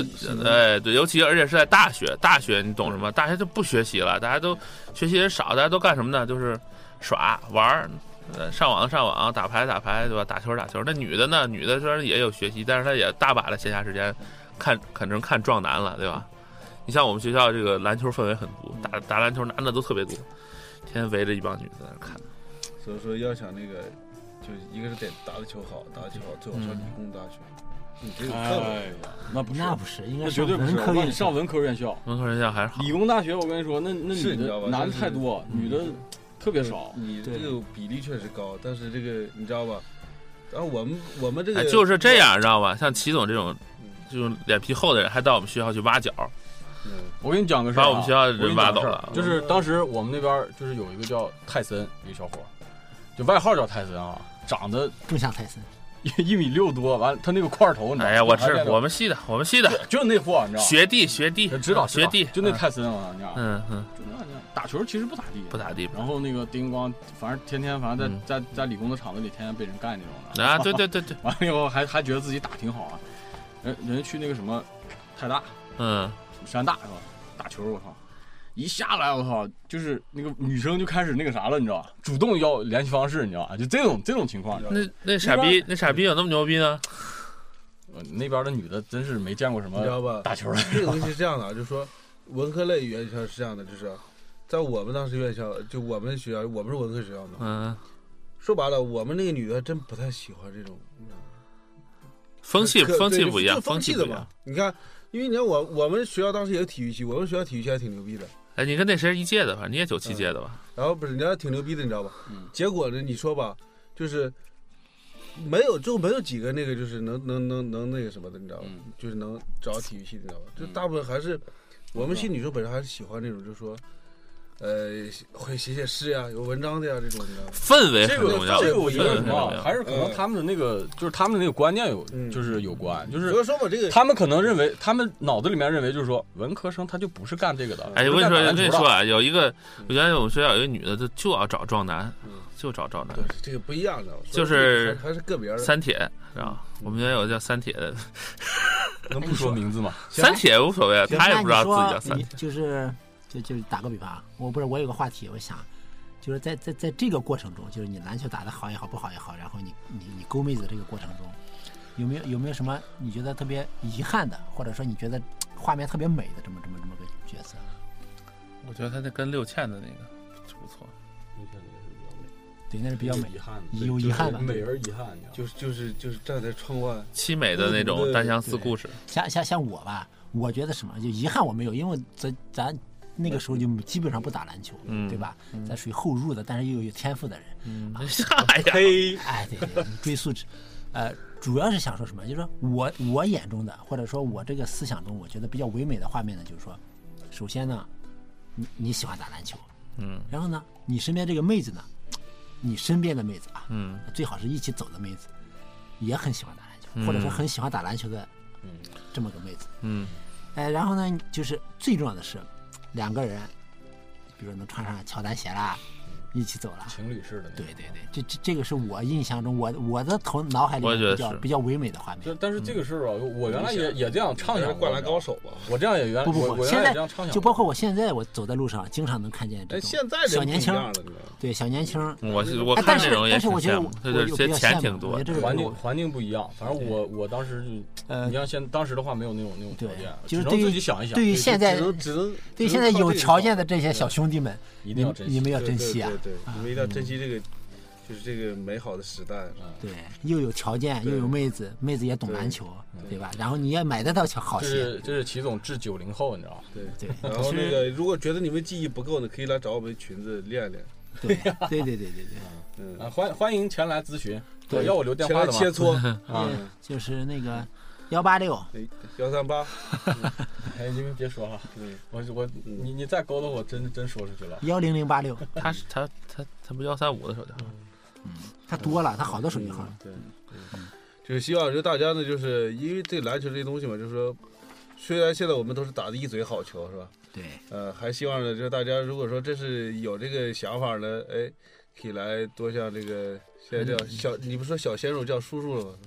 Speaker 5: 哎对，尤其而且是在大学，大学你懂什么？大学就不学习了，大家都学习人少，大家都干什么呢？就是耍玩儿，呃，上网上网，打牌打牌，对吧？打球打球。那女的呢？女的虽然也有学习，但是她也大把的闲暇时间看，肯定看壮男了，对吧？你像我们学校这个篮球氛围很足，打打篮球男的都特别多，天天围着一帮女的在那看。
Speaker 4: 所以说要想那个，就一个是得打的球好，打的球好最好上理工大学，你这个课
Speaker 2: 哎呀，那不是，
Speaker 3: 那不是，应该
Speaker 2: 那
Speaker 3: 上
Speaker 2: 绝对不是。我
Speaker 3: 文科
Speaker 2: 告诉你
Speaker 3: 院校
Speaker 2: 上文科院校，
Speaker 5: 文科人校还是好
Speaker 2: 理，工大学，我跟你说，那那
Speaker 4: 是
Speaker 2: 女
Speaker 4: 你知道吧
Speaker 2: 的男的
Speaker 4: 就是
Speaker 2: 太多，女的特别少。
Speaker 4: 你
Speaker 3: 对
Speaker 4: 哎这个比例确实高，但是这个你知道吧？然后我们我们这
Speaker 5: 哎
Speaker 4: 个
Speaker 5: 就是这，样，知道吧？像齐总这种。这种脸皮厚的人还到我们学校去挖角，
Speaker 4: 嗯
Speaker 2: 我给你讲个事儿、啊，
Speaker 5: 把我们学校
Speaker 2: 我跟
Speaker 5: 人
Speaker 2: 你
Speaker 5: 挖
Speaker 2: 讲个
Speaker 5: 走
Speaker 2: 事儿啊
Speaker 5: 了。
Speaker 2: 就是当时我们那边儿就是有一个叫泰森一个小伙儿，就外号叫泰森啊，长得
Speaker 3: 更像泰森，
Speaker 2: 一米六多，完了他那个块儿头，你知道吗
Speaker 5: 哎呀，我
Speaker 2: 还
Speaker 5: 是
Speaker 2: 在那
Speaker 5: 我们系的，我们系的
Speaker 2: 就那货，你知道吗？
Speaker 5: 学弟，学弟，
Speaker 2: 知道
Speaker 5: 学弟，
Speaker 2: 就那泰森啊，你知道吗？
Speaker 5: 嗯嗯，
Speaker 2: 就那你知道打球其实不咋地，
Speaker 5: 不咋地。
Speaker 2: 然后那个叮咣，反正天天反正
Speaker 5: 嗯
Speaker 2: 在在在理工的厂子里天天被人干那种的，
Speaker 5: 啊，对对对对，
Speaker 2: 完了以后还还觉得自己打挺好啊，人人家去那个什么泰大
Speaker 5: 嗯，
Speaker 2: 山大是吧？打球我操，一下来我操，就是那个女生就开始那个啥了，你知道吧？主动要
Speaker 4: 嗯
Speaker 2: 联系方式，你知道吧？就这种这种情况，
Speaker 5: 那那傻逼，那傻逼有那么牛逼呢？
Speaker 2: 呃那边的女的真是没见过什
Speaker 4: 你知
Speaker 2: 么
Speaker 4: 道吧？
Speaker 2: 打球的，
Speaker 4: 这个东西是这样的啊，就是说文科类院校是这样的，就是在我们当时院校，就我们学校，我们是文科学校嘛。
Speaker 5: 嗯，
Speaker 4: 说白了，我们那个女的还真不太喜欢这种
Speaker 5: 风气
Speaker 4: 可
Speaker 5: 风气
Speaker 4: 对
Speaker 5: 不一样，
Speaker 4: 就
Speaker 5: 风
Speaker 4: 风
Speaker 5: 气
Speaker 4: 气
Speaker 5: 不
Speaker 4: 的
Speaker 5: 一样
Speaker 4: 嘛。。你看，因为你看我我们学校当时也有体育系，我们学校体育系还挺牛逼的。
Speaker 5: 哎，你跟那谁一届的吧？你也九
Speaker 2: 嗯
Speaker 5: 七届的吧？
Speaker 4: 然后不是人家挺牛逼的，你知道吧？
Speaker 5: 嗯
Speaker 4: 结果呢，你说吧，就是没有就没有几个那个就是能能能能那个什么的，你知道吧？
Speaker 2: 嗯
Speaker 4: 就是能找体育系的，你知道吧？
Speaker 5: 嗯
Speaker 4: 就大部分还是、我们系女生本身还是喜欢那种，就是说，呃，会写写诗呀、有文章的呀、这种，你知道吗？
Speaker 5: 氛围很
Speaker 2: 这个
Speaker 5: 重要，
Speaker 2: 这个我
Speaker 5: 氛
Speaker 2: 觉
Speaker 5: 围
Speaker 2: 得
Speaker 5: 很
Speaker 2: 什
Speaker 5: 重
Speaker 2: 么，
Speaker 5: 要。
Speaker 2: 还是可能他们的那个，就是他们的那个观念有，
Speaker 4: 嗯
Speaker 2: 就是有关，就是
Speaker 4: 所以说吧，这个
Speaker 2: 他们可能认为，他们脑子里面认为就是说，文科生他就不是干这个的。
Speaker 5: 哎，我
Speaker 2: 不
Speaker 5: 跟
Speaker 2: 是干打
Speaker 5: 你说，我
Speaker 2: 篮球
Speaker 5: 跟你
Speaker 2: 的
Speaker 5: 说，啊，有一个，我原来我们学校有一个女的，就就要找壮男
Speaker 4: 嗯，
Speaker 5: 就找壮男
Speaker 4: 对，这个不一样的，我说
Speaker 5: 就是
Speaker 4: 这个还还是个别的。
Speaker 5: 三铁，知道吗？我们原来有个叫三铁的，
Speaker 2: 能不说名字吗？
Speaker 3: 行
Speaker 5: 三铁无所谓，
Speaker 3: 行
Speaker 5: 他也
Speaker 3: 那你
Speaker 5: 不知道自
Speaker 3: 说
Speaker 2: 啊
Speaker 5: 己叫三
Speaker 3: 你
Speaker 5: 铁。
Speaker 3: 就是就就是打个比方啊，我不是我有个话题，我想就是在在在这个过程中，就是你篮球打得好也好，不好也好，然后你你你勾妹子这个过程中，有没有有没有什么你觉得特别遗憾的，或者说你觉得画面特别美的这么这么这么个角色？
Speaker 5: 我觉得他那跟六倩的那个就不错，
Speaker 3: 对，那是比较美。
Speaker 2: 遗憾
Speaker 3: 的有遗憾吧
Speaker 2: 美而遗憾。
Speaker 4: 就是就是就是站在窗外，
Speaker 5: 凄美的那种单相思故事。
Speaker 3: 像像像我吧，我觉得什么就遗憾我没有，因为咱咱那个时候就基本上不打篮球，
Speaker 5: 嗯
Speaker 3: 对吧？咱属于后入的，但是又有有天赋的人。啊
Speaker 5: 哎呀，
Speaker 2: 嘿，
Speaker 3: 哎，对对，对追溯，呃，主要是想说什么？就是说我我眼中的，或者说我这个思想中，我觉得比较唯美的画面呢，就是说，首先呢，你你喜欢打篮球，
Speaker 5: 嗯
Speaker 3: 然后呢，你身边这个妹子呢，你身边的妹子啊，
Speaker 5: 嗯，
Speaker 3: 最好是一起走的妹子，也很喜欢打篮球，
Speaker 5: 嗯
Speaker 3: 或者说很喜欢打篮球的，这么个妹子。
Speaker 5: 嗯，
Speaker 3: 哎，然后呢，就是最重要的是，两个人，比如说能穿上乔丹鞋啦，
Speaker 5: 嗯
Speaker 3: 一起走啦，
Speaker 2: 情侣式的。
Speaker 3: 对，对对，这这这个是我印象中我我的头脑海里
Speaker 5: 我
Speaker 3: 面
Speaker 5: 也觉得
Speaker 3: 比较
Speaker 5: 是
Speaker 3: 比较唯美的画面。
Speaker 2: 但但是这个事儿吧，我原来也也这样畅
Speaker 4: 像
Speaker 2: 想
Speaker 4: 是
Speaker 2: 过。
Speaker 4: 灌篮
Speaker 2: 你知道
Speaker 4: 高
Speaker 2: 吗
Speaker 4: 手吧？
Speaker 2: 我这样也原
Speaker 3: 不不
Speaker 2: 我
Speaker 3: 不，
Speaker 2: 我
Speaker 3: 现
Speaker 2: 原来也
Speaker 3: 在
Speaker 2: 这样畅想过，
Speaker 3: 就包括我现在，我走在路上经常能看见这
Speaker 4: 哎，
Speaker 3: 种
Speaker 4: 现在人
Speaker 3: 小年轻
Speaker 4: 不一样了，你知道吗
Speaker 3: 对小年轻儿，
Speaker 5: 我是我
Speaker 3: 哎
Speaker 5: 看
Speaker 3: 但
Speaker 5: 那
Speaker 3: 是
Speaker 5: 种也
Speaker 3: 但是
Speaker 5: 挺
Speaker 3: 我觉
Speaker 5: 羡
Speaker 3: 得
Speaker 5: 慕
Speaker 3: 我，
Speaker 5: 他
Speaker 3: 我
Speaker 5: 这
Speaker 3: 有
Speaker 5: 些
Speaker 3: 比较
Speaker 5: 钱
Speaker 3: 羡
Speaker 5: 挺
Speaker 3: 慕
Speaker 5: 多
Speaker 3: 我觉得
Speaker 5: 的。
Speaker 3: 这个
Speaker 2: 环
Speaker 3: 是
Speaker 2: 境
Speaker 3: 我
Speaker 2: 环境不一样。反正我我当时就，
Speaker 3: 呃
Speaker 2: 你，要现当时的话没有那种那种条
Speaker 3: 对
Speaker 2: 件，只
Speaker 3: 就是
Speaker 2: 能
Speaker 3: 对于
Speaker 2: 自己想一想。
Speaker 3: 对于
Speaker 4: 就
Speaker 3: 现在
Speaker 4: 只能只能
Speaker 3: 对
Speaker 4: 只能
Speaker 3: 现在
Speaker 4: 靠
Speaker 3: 有
Speaker 4: 这个
Speaker 3: 条
Speaker 4: 搞
Speaker 3: 件的这些小兄弟们，
Speaker 2: 一
Speaker 3: 你
Speaker 2: 定要
Speaker 3: 们
Speaker 2: 珍惜。
Speaker 3: 你们要
Speaker 4: 对
Speaker 3: 珍
Speaker 4: 对
Speaker 3: 惜啊！
Speaker 4: 对对，你们一定要珍惜这个，就是这个美好的时代。啊
Speaker 3: 对，又有条件，又有妹子，妹子也懂
Speaker 4: 对
Speaker 3: 篮球，对吧？然后你也买得到小好
Speaker 2: 这
Speaker 3: 鞋，
Speaker 2: 是这是齐总致九零后，你知道吗？
Speaker 4: 对，
Speaker 3: 对，
Speaker 4: 然后
Speaker 3: 其
Speaker 4: 那
Speaker 3: 实
Speaker 4: 个，如果觉得你们记忆不够呢，可以来找我们裙子练练。
Speaker 3: 对对对 对对对。
Speaker 2: 啊，
Speaker 4: 嗯，
Speaker 2: 欢欢迎前来咨询。
Speaker 3: 对
Speaker 2: 要我留电
Speaker 4: 前
Speaker 2: 话
Speaker 4: 来
Speaker 2: 的吗？
Speaker 4: 切磋
Speaker 2: 啊
Speaker 3: 对，就是那个幺八六，
Speaker 4: 幺三八，
Speaker 2: 哎，你们别说了，
Speaker 4: 嗯，
Speaker 2: 我我你你再勾搭我，真真说出去了。
Speaker 3: 幺零零八六，
Speaker 5: 他是他他他不幺三五的手机号，
Speaker 3: 他多
Speaker 5: 嗯
Speaker 3: 了，他好多手机号。
Speaker 4: 对，就是希望就大家呢，就是因为对篮球这东西嘛，就是说，虽然现在我们都是打的一嘴好球，是吧？
Speaker 3: 对，
Speaker 4: 呃，还希望呢，就是大家如果说真是有这个想法呢，哎，可以来多向这个现在叫小，你不说小鲜肉叫叔叔了吗？哎
Speaker 5: 哎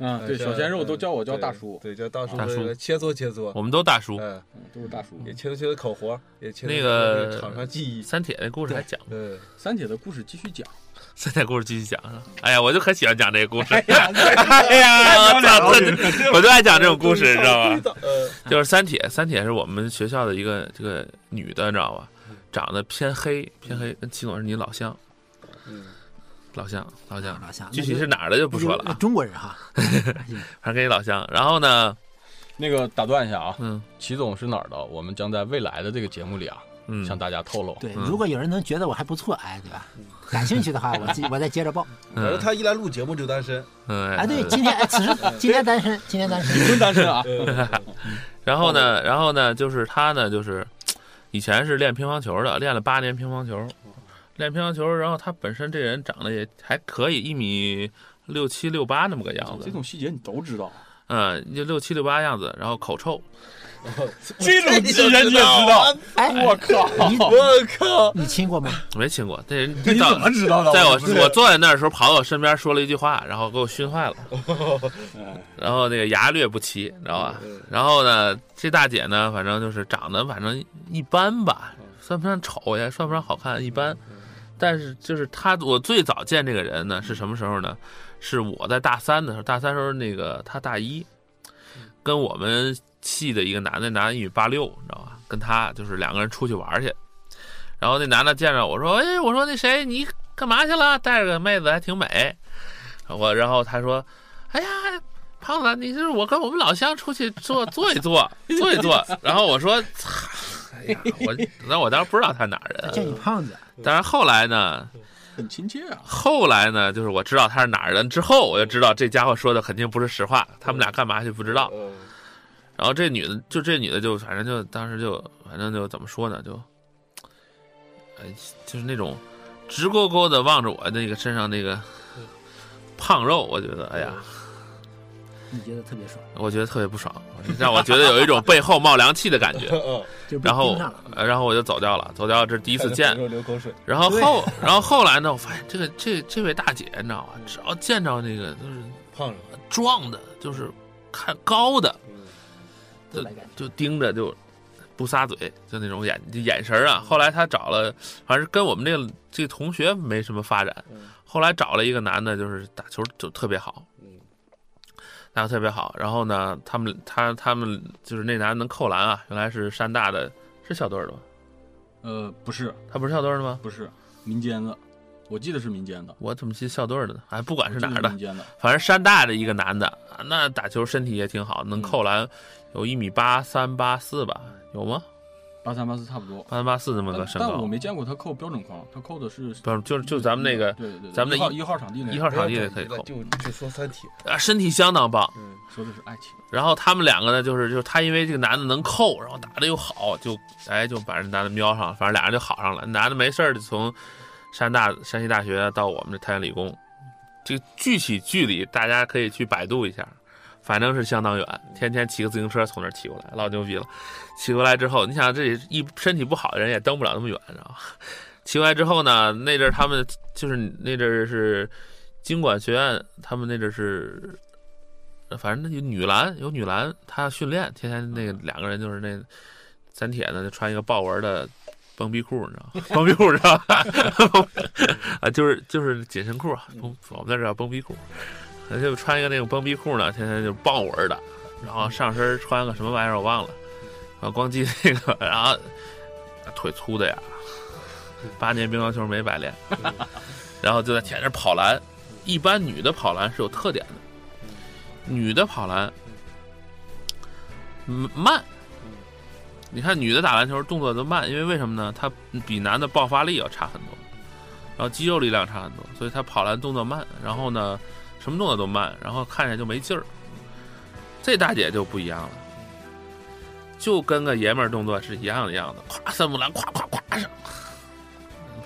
Speaker 2: 嗯，对，
Speaker 4: 像
Speaker 2: 小鲜肉都叫我
Speaker 4: 嗯
Speaker 2: 叫大
Speaker 4: 对
Speaker 2: 叔，嗯
Speaker 4: 对，叫大叔
Speaker 5: 大叔
Speaker 4: 来切磋切磋，
Speaker 5: 我们都大叔。
Speaker 4: 哎，
Speaker 2: 都是大叔。
Speaker 5: 嗯
Speaker 4: 也切磋切磋口活，也切磋
Speaker 5: 那
Speaker 4: 切磋
Speaker 5: 个
Speaker 4: 这场上技艺。嗯
Speaker 5: 三铁那故事还讲，
Speaker 4: 对，
Speaker 2: 三姐的故事继续讲。
Speaker 5: 三铁故事继续讲啊！哎呀，我就很喜欢讲这个故事。 哎呀，我操，真的我就爱讲这种故事，你知道
Speaker 2: 啊
Speaker 5: 吧？
Speaker 4: 吧？呃，
Speaker 5: 就是三铁，三铁是我们学校的一个这个女的，你知道吧？长得偏黑，偏黑，跟齐总是你老乡，
Speaker 4: 嗯，
Speaker 5: 老乡，老乡，
Speaker 3: 老乡，
Speaker 5: 具体是哪儿的就不说了
Speaker 3: 啊那
Speaker 5: 啊
Speaker 3: 就，中国人哈，
Speaker 5: 反正跟你老乡。然后呢，
Speaker 2: 那个打断一下啊，
Speaker 5: 嗯
Speaker 2: 齐总是哪儿的？我们将在未来的这个节目里啊，
Speaker 5: 嗯，
Speaker 2: 向大家透露。
Speaker 3: 对，
Speaker 5: 嗯
Speaker 3: 如果有人能觉得我还不错，哎，对吧？ 感兴趣的话，我记我再接着 报。
Speaker 4: 反正
Speaker 5: 嗯
Speaker 4: 他一来录节目就单身，
Speaker 5: 嗯，
Speaker 3: 哎，对，今天哎，此时今天单身，今天单身，
Speaker 2: 真单身啊，
Speaker 5: 然后呢，然后呢，就是他呢，就是以前是练乒乓球的，练了八年乒乓球，练乒乓球。然后他本身这人长得也还可以，一米六七六八那么个样子
Speaker 2: 这，种细节你都知道。啊
Speaker 5: 嗯，就六七六八样子。然后口臭，
Speaker 2: 这种细节 你也知道？
Speaker 3: 哎，
Speaker 2: 我靠！
Speaker 3: 你
Speaker 4: 啊我靠，
Speaker 3: 你亲过吗？
Speaker 5: 没亲过，这人
Speaker 2: 你
Speaker 5: 到
Speaker 2: 怎么知道的？
Speaker 5: 在我
Speaker 2: 不是
Speaker 5: 我坐在那儿的时候，跑到我身边说了一句话，然后给我熏坏 了。
Speaker 2: 哎
Speaker 5: 然后那个牙略不齐，你知道吧？然后呢，这大姐呢，
Speaker 2: 嗯
Speaker 5: 反正就是长得反正一般吧，算不上丑也算不上好看，一般。但是就是他，我最早见这个人呢是什么时候呢？是我在大三的时候，大三时候那个他大一，跟我们系的一个男的，男的一米八六，你知道吧？跟他就是两个人出去玩去，然后那男的见着我说：“哎，我说那谁，你干嘛去了？带着个妹子还挺美。”我然后他说：“哎呀。”胖子，你就是我跟我们老乡出去坐坐一坐，坐一坐。然后我说，操哎呀，我那我当时不知道他哪儿 人，啊
Speaker 3: 叫你胖子，
Speaker 5: 但是后来呢，
Speaker 2: 很亲切啊。
Speaker 5: 后来呢，就是我知道他是哪儿人之后，我就知道这家伙说的肯定不是实话，他们俩干嘛去不知道。
Speaker 4: 嗯，
Speaker 5: 然后这女的，就这女的就反正就当时就反正就怎么说呢，就，哎，就是那种直勾勾的望着我那个身上那个胖肉，我觉得，哎呀，
Speaker 3: 你觉得特别爽，
Speaker 5: 我觉得特别不爽，让我觉得有一种背后冒凉气的感觉。
Speaker 4: 嗯，
Speaker 3: 就是被
Speaker 5: 然后
Speaker 3: 盯上了，
Speaker 5: 呃然后我就走掉了，走掉这是第一
Speaker 4: 一
Speaker 5: 次见，
Speaker 4: 流口水，
Speaker 5: 然后后，然后后来呢，我发现这个这这位大姐，你知道吧？只要见着那个就是
Speaker 4: 胖了，
Speaker 5: 壮的，就是看高的，
Speaker 4: 嗯
Speaker 5: 呃
Speaker 3: 特别感觉
Speaker 5: 就盯着就不撒嘴，就那种眼就眼神儿啊。后来她找了，反正跟我们这个这个同学没什么发展
Speaker 4: 嗯，
Speaker 5: 后来找了一个男的，就是打球就特别好，
Speaker 4: 嗯
Speaker 5: 打得特别好。然后呢，他们他他们就是那男的能扣篮啊，原来是山大的，是校队儿的吗？
Speaker 2: 呃，不是，
Speaker 5: 他不是校队儿的吗？
Speaker 2: 不是民间的，我记得是民间的，
Speaker 5: 我怎么记得校队儿的呢？哎，不管是哪
Speaker 2: 我
Speaker 5: 儿
Speaker 2: 记
Speaker 5: 的
Speaker 2: 得，
Speaker 4: 嗯
Speaker 2: 民间的，
Speaker 5: 反正山大的一个男的，啊那打球身体也挺好，能
Speaker 2: 嗯
Speaker 5: 扣篮，有一米八三八四吧，有吗？
Speaker 2: 八三八四差不多。
Speaker 5: 八三八四那么个
Speaker 2: 但
Speaker 5: 身
Speaker 2: 但我
Speaker 5: 高，
Speaker 2: 没见过他扣标准框，他扣的是
Speaker 5: 不是就是就咱们那个
Speaker 2: 对对对，
Speaker 5: 咱们的
Speaker 2: 一号
Speaker 5: 一
Speaker 2: 一号场地那个
Speaker 5: 一号场地
Speaker 4: 不
Speaker 5: 的
Speaker 4: 要
Speaker 5: 可以
Speaker 4: 整
Speaker 5: 扣
Speaker 4: 一个，就就说三体，
Speaker 5: 啊，身体相当棒。
Speaker 4: 嗯，
Speaker 2: 说的是爱情，
Speaker 5: 然后他们两个呢，就是就是他因为这个男的能扣，然后打的又好，就哎就把这男的瞄上了，反正俩人就好上了。男的没事儿就从山大山西大学到我们这太原理工，这个具体距离大家可以去百度一下，反正是相当远，天天骑个自行车从那儿骑过来，老牛逼了。骑过来之后，你想这里一身体不好的人也蹬不了那么远，你知道吗？骑过来之后呢，那阵儿他们就是那阵儿是经管学院，他们那阵儿是反正那有女篮，有女篮，她训练，天天那个两个人就是那三铁呢，就穿一个豹纹的蹦逼裤，你知道吗？蹦逼裤知道吧？ 啊，就是就是紧身裤啊，蹦我们那叫蹦逼裤，她就穿一个那种蹦逼裤呢，天天就是豹纹的，然后上身穿个什么玩意儿我忘了，然后光记那个，然后腿粗的呀，八年乒乓球没白练，然后就在天上跑篮，一般女的跑篮是有特点的。女的跑篮，嗯慢。你看女的打篮球动作都慢，因为为什么呢？她比男的爆发力要差很多，然后肌肉力量差很多，所以她跑篮动作慢。然后呢，什么动作都慢，然后看起来就没劲儿。这大姐就不一样了，就跟个爷们儿动作是一样的样子，咵三步篮，咵咵咵上，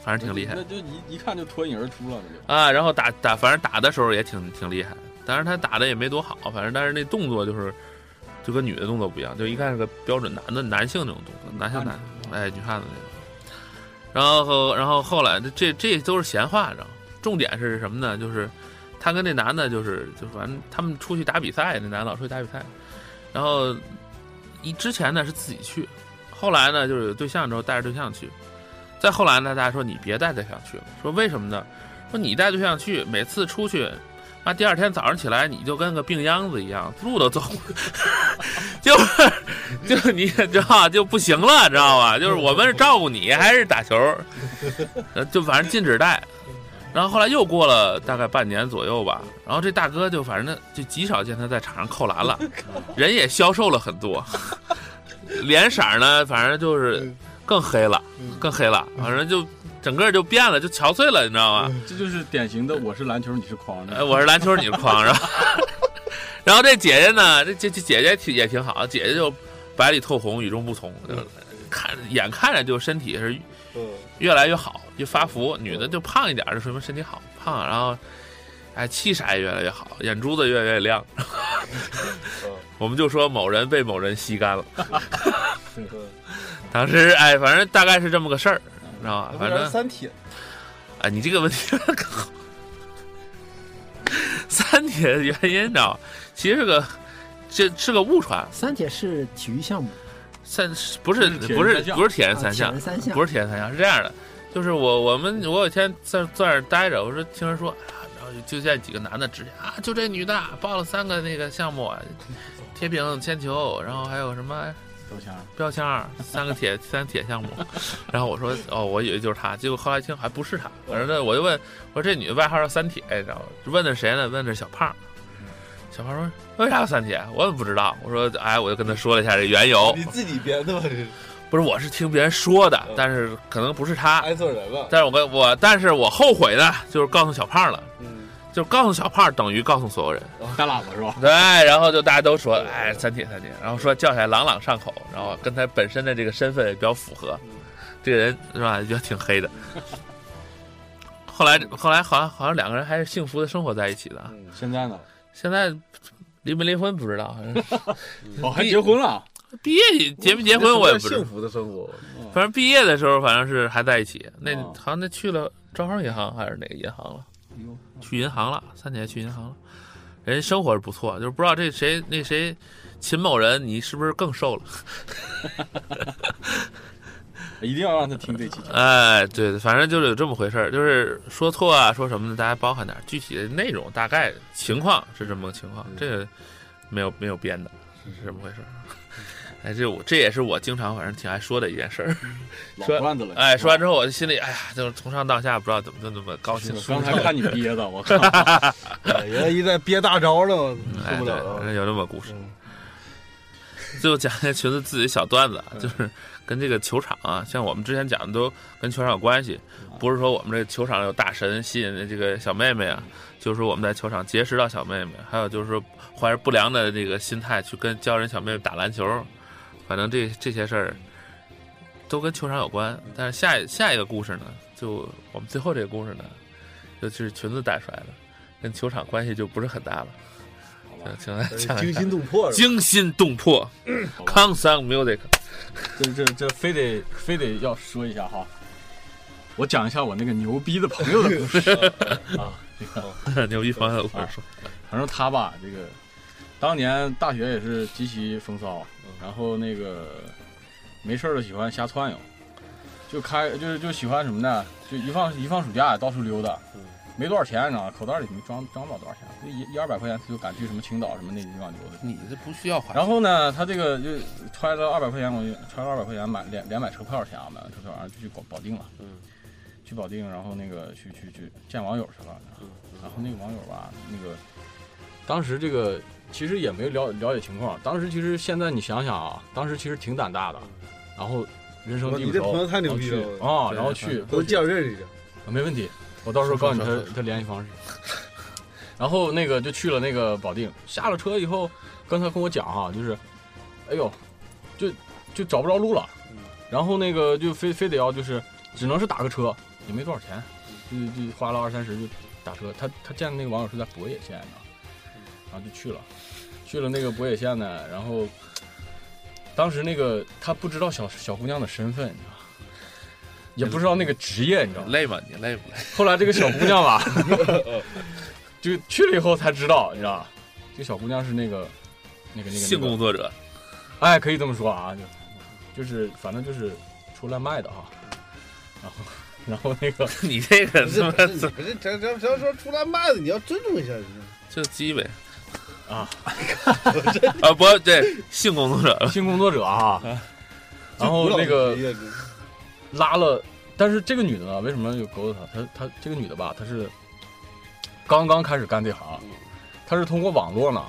Speaker 5: 反正挺厉害
Speaker 2: 那。就一一看就脱颖而出了，这就
Speaker 5: 啊，然后打打，反正打的时候也挺挺厉害，当然他打的也没多好，反正但是那动作就是就跟女的动作不一样，就一看是个标准男的男性那种动作，男性男，哎，女汉子那种。然后然后后来这这都是闲话，你知道吗？重点是什么呢？就是他跟那男的，就是就反正他们出去打比赛，那男的老出去打比赛，然后一之前呢是自己去，后来呢就是有对象之后带着对象去，再后来呢大家说你别带对象去了，说为什么呢？说你带对象去，每次出去，妈第二天早上起来你就跟个病秧子一样，路都走不， 就是就你也知道就不行了，知道吧？就是我们是照顾你还是打球，呃 就反正禁止带。然后后来又过了大概半年左右吧，然后这大哥就反正就极少见他在场上扣篮了，人也消瘦了很多，脸色儿呢，反正就是更黑了，更黑了，反正就整个就变了，就憔悴了，你知道吗？
Speaker 2: 这就是典型的我是篮球，你是框
Speaker 5: 呃，
Speaker 2: 的。
Speaker 5: 我是篮球，你是框，然后， 然后这姐姐呢，这这这姐姐挺也挺好，姐姐就白里透红，与众不同，就是看眼看着就身体是
Speaker 4: 嗯，
Speaker 5: 越来越好，越发福。女的就胖一点，就说明身体好胖，然后，哎，气色也越来越好，眼珠子越来越亮。 我们就说某人被某人吸干了，
Speaker 4: 嗯，
Speaker 5: 当时哎，反正大概是这么个事儿，知道吧？反
Speaker 4: 反正
Speaker 5: 正
Speaker 4: 三体，
Speaker 5: 啊，你这个问题 三铁的原因，你知道吗？其实是个这是个误传，
Speaker 3: 三铁是体育项目，
Speaker 5: 三不是
Speaker 2: 就是铁人
Speaker 5: 不
Speaker 2: 三项
Speaker 5: 是不是铁人
Speaker 3: 啊
Speaker 5: 三项
Speaker 3: 铁人三项
Speaker 5: 不是铁人三项是这样的，就是我我们我有一天在在那儿待着，我说听人说，哎呀，然后就见几个男的指着啊，就这女的报了三个那个项目，啊铁饼、铅球，然后还有什么
Speaker 2: 标签儿
Speaker 5: 标签儿，三个铁三铁项目。然后我说哦，我以为就是她，结果后来一听还不是她，反正我就问我说这女的外号叫三铁，你知道吗？问的谁呢？问的是小胖。小胖说：“为啥叫三铁？我也不知道。”我说：“哎，我就跟他说了一下这缘由，
Speaker 4: 你自己编的吧？这是
Speaker 2: 啊
Speaker 5: 不是我是听别人说的
Speaker 4: 嗯，哎
Speaker 5: 但是可能不是他。
Speaker 4: 挨错人了。
Speaker 5: 但是我跟我，但是我后悔的就是告诉小胖了，
Speaker 4: 嗯，
Speaker 5: 就告诉小胖等于告诉所有人。
Speaker 2: 大喇叭是吧？
Speaker 5: 对，然后就大家都
Speaker 4: 嗯
Speaker 5: 说，哎，三铁三铁，然后说叫起来朗朗上口，然后跟他本身的这个身份也比较符合，
Speaker 4: 嗯
Speaker 5: 这个人是吧，就挺黑的。 后来后来好像好像两个人还是幸福的生活在一起
Speaker 4: 嗯
Speaker 5: 的啊，
Speaker 2: 现在呢？
Speaker 5: 现在离没离婚不知道，好像 是
Speaker 2: 哦，还结婚了？
Speaker 5: 毕业结没结婚我也不知道
Speaker 4: 幸。福的生活，
Speaker 5: 反正毕业的时候，反正是还在一起。那
Speaker 2: 哦
Speaker 5: 好像那去了招商银行还是哪个银行了？去银行了，三姐去银行了。人家生活是不错，就是不知道这谁那谁秦某人，你是不是更 瘦了？
Speaker 2: 一定要让他听这期节目。
Speaker 5: 哎，对，反正就是有这么回事儿，就是说错啊，说什么的，大家包含点儿。具体的内容大概情况是这么个情况，这个没有没有编的，是这么回事儿。哎，这我这也是我经常反正挺爱说的一件事儿。
Speaker 2: 老
Speaker 5: 说
Speaker 2: 段子了。
Speaker 5: 哎，说完之后，我就心里哎呀，就是从上到下不知道怎么就那么高兴
Speaker 2: 是。刚才看你憋的，我靠！
Speaker 4: 哎原来一在憋大招呢，我
Speaker 2: 嗯
Speaker 4: 受
Speaker 5: 哎，
Speaker 4: 不
Speaker 5: 对，
Speaker 4: 了
Speaker 2: 啊
Speaker 4: 了。
Speaker 5: 有这么个故事
Speaker 4: 嗯。
Speaker 5: 最后讲一下裙子自己的小段子啊，就是跟这个球场啊，像我们之前讲的都跟球场有关系，不是说我们这球场有大神吸引的这个小妹妹啊，就是我们在球场结识到小妹妹，还有就是说怀着不良的这个心态去跟教人小妹妹打篮球，反正这这些事儿都跟球场有关。但是下一下一个故事呢，就我们最后这个故事呢，就是裙子带出来的，跟球场关系就不是很大了。行，请来讲一
Speaker 4: 惊
Speaker 5: 下
Speaker 4: 心动魄是吧，
Speaker 5: 呃惊心动魄，Concern Music，
Speaker 2: 这这这非得非得要说一下哈。我讲一下我那个牛逼的朋友的故事啊，这个
Speaker 5: 牛逼朋友的故事。
Speaker 2: 反正他吧，这个当年大学也是极其风骚，然后那个没事儿就喜欢瞎窜悠，就开就是就喜欢什么呢？就一放一放暑假到处溜达，没多少钱你知道吗？口袋里没装装不了多少钱，就一一二百块钱他就敢去什么青岛什么那地方溜达。
Speaker 5: 你这不需要还
Speaker 2: 然后呢，他这个就揣了二百块钱，我就揣了二百块钱买连连买车票钱啊，买完车票然后就去保保定了，嗯，去保定，然后那个去去去见网友去了，然后那个网友吧，那个当时这个其实也没了了解情况，当时其实现在你想想啊，当时其实挺胆大的，然后人生地
Speaker 4: 你
Speaker 2: 不
Speaker 4: 这
Speaker 2: 熟，
Speaker 4: 朋友太
Speaker 2: 然
Speaker 4: 牛
Speaker 2: 后
Speaker 4: 逼
Speaker 2: 去
Speaker 4: 了
Speaker 2: 啊，
Speaker 5: 对
Speaker 2: 然后去
Speaker 4: 都介绍认识一下。
Speaker 2: 啊没问题，我到时候告诉你
Speaker 5: 说
Speaker 2: 他
Speaker 5: 说说
Speaker 2: 他联系方式。然后那个就去了那个保定，下了车以后，刚才跟我讲哈，就是，哎呦，就就找不着路了，
Speaker 5: 嗯
Speaker 2: 然后那个就非非得要就是，只能是打个车，也没多少钱，就
Speaker 5: 嗯
Speaker 2: 就花了二三十就打车。他他见的那个网友是在博野县呢，
Speaker 5: 嗯
Speaker 2: 然后就去了，去了那个博野县呢，然后当时那个他不知道小小姑娘的身份，你知道吗，也不知道那个职业，你知道吗？
Speaker 5: 累吗？你累不累？
Speaker 2: 后来这个小姑娘 吧，就去了以后才知道，你知道吧？这小姑娘是那个那个那个
Speaker 5: 性
Speaker 2: 那
Speaker 5: 工
Speaker 2: 个，
Speaker 5: 作者，
Speaker 2: 哎，可以这么说啊，就就是反正就是出来卖的哈。然后然后那 个
Speaker 5: 你这个
Speaker 4: 不
Speaker 5: 他
Speaker 4: 是
Speaker 5: 妈
Speaker 4: 不是，你不是，咱咱咱说出来卖的，你要尊重一下人家。
Speaker 5: 就鸡呗
Speaker 2: 啊
Speaker 5: 啊不对，性工作者
Speaker 2: 性工作者啊，然后
Speaker 4: 古老的
Speaker 2: 那个
Speaker 4: 职业真
Speaker 2: 拉了，但是这个女的呢，为什么就勾搭她？她她这个女的吧，她是刚刚开始干这行，她是通过网络呢，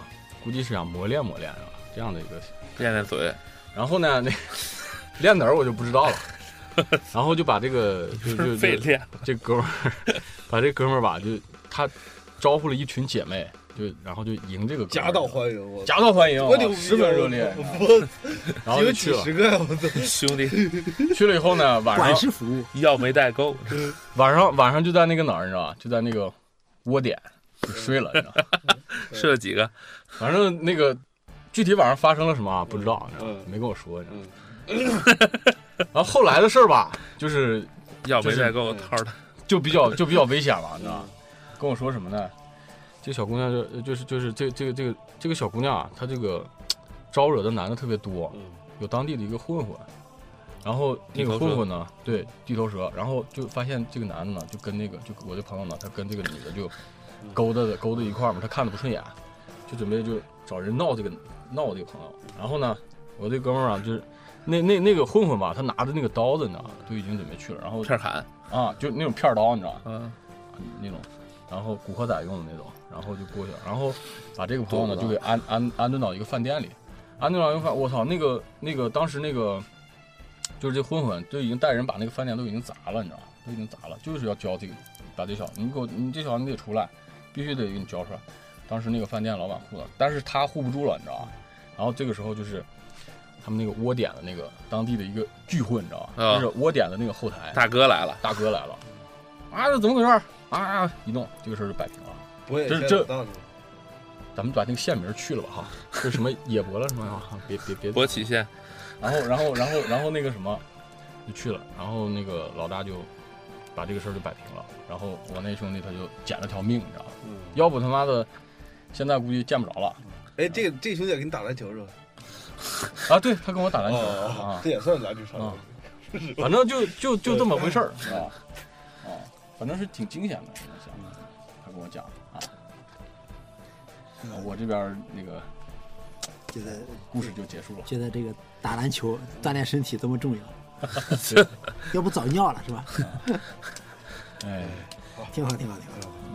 Speaker 2: 估计是想磨练磨练啊这样的一个
Speaker 5: 练练嘴，
Speaker 2: 然后呢，那 练哪儿我就不知道了。然后就把这个就就
Speaker 5: 费
Speaker 2: 就
Speaker 5: 练。
Speaker 2: 这哥们儿，把这哥们儿吧，就他招呼了一群姐妹，就然后就迎这个哥们
Speaker 4: 夹
Speaker 2: 儿
Speaker 4: 道欢迎我，
Speaker 2: 夹道欢迎，
Speaker 4: 我牛逼啊
Speaker 2: 十分热烈。
Speaker 4: 我
Speaker 2: 然后就
Speaker 4: 有几
Speaker 2: 去了
Speaker 4: 十，个呀，我操！
Speaker 5: 兄弟，
Speaker 2: 去了以后呢，晚
Speaker 3: 管
Speaker 2: 上
Speaker 3: 事服务，
Speaker 5: 药没带够，
Speaker 2: 晚上晚上就在那个哪儿，你知道吧？就在那个窝点就睡了，你知 道吧。
Speaker 5: 射了几个？
Speaker 2: 反正那个具体晚上发生了什么啊，不知道，你知道吧
Speaker 4: 嗯
Speaker 2: 没跟我说。你知道吧 然后后来的事儿吧，就是
Speaker 5: 药没带够，
Speaker 4: 就是
Speaker 5: 套的。
Speaker 2: 就比较就 比较危险了，你知道吗？跟我说什么呢？嗯这小姑娘就呃就是就是这这个这个这个小姑娘啊，她这个嗯招惹的男的特别多，有当地的一个混混，然然后那
Speaker 5: 地
Speaker 2: 个
Speaker 5: 头蛇
Speaker 2: 混混呢，对地头蛇，然后就发现这个男的呢，就跟那个就我这朋友呢，他跟这个女的就勾搭的勾搭一块儿嘛，他看的不顺眼，就准备就找人闹这个闹我这个朋友。然后呢，我这哥们儿啊，就是那那那个混混吧，他拿着那个刀子，你知道吗？就已经准备去了，然后
Speaker 5: 片儿砍，
Speaker 2: 啊，就那种片儿刀，你知道吗？
Speaker 5: 嗯，
Speaker 2: 那种，然后古惑仔用的那种，然后就过去了，然后把这个朋友呢
Speaker 5: 懂了
Speaker 2: 就给安安安顿到一个饭店里，安顿到一个饭，我操，那个那个当时那个就是这混混就已经带人把那个饭店都已经砸了，你知道吗？都已经砸了，就是要交这个把这小子你给我你这小子你得出来，必须得给你交出来。当时那个饭店老板护的，但是他护不住了，你知道吗？然后这个时候就是。他们那个窝点的那个当地的一个聚会，你知道吧？
Speaker 5: 啊
Speaker 2: 就是窝点的那个后台，
Speaker 5: 大哥来了，
Speaker 2: 大哥来了，啊，这怎么回事儿？啊啊！一弄，这个事儿就摆平了。
Speaker 4: 我也
Speaker 2: 这
Speaker 4: 先
Speaker 2: 这
Speaker 4: 有道理。
Speaker 2: 咱们把那个县名去了吧哈，是什么野博了什么呀？哈别别别！
Speaker 5: 勃起线，
Speaker 2: 然后然后然后然后那个什么就去了，然后那个老大就把这个事儿就摆平了。然后我那兄弟他就捡了条命，你知道吗？
Speaker 4: 嗯，
Speaker 2: 要不他妈的现在估计见不着了
Speaker 4: 哎，这个这个兄弟给你打篮球是吧？
Speaker 2: 啊！对他跟我打篮球
Speaker 4: 哦
Speaker 2: 啊，，
Speaker 4: 这也算篮球场。
Speaker 2: 啊 反正就就就这么回事儿，是吧？啊，反正是挺惊险的，我想他跟我讲啊。我这边儿那个
Speaker 3: 觉得
Speaker 2: 故事就结束了。
Speaker 3: 觉得这个打篮球锻炼身体多么重要， 要不早尿了是吧？
Speaker 2: 哎，
Speaker 3: 挺好，挺好，挺好。
Speaker 5: 嗯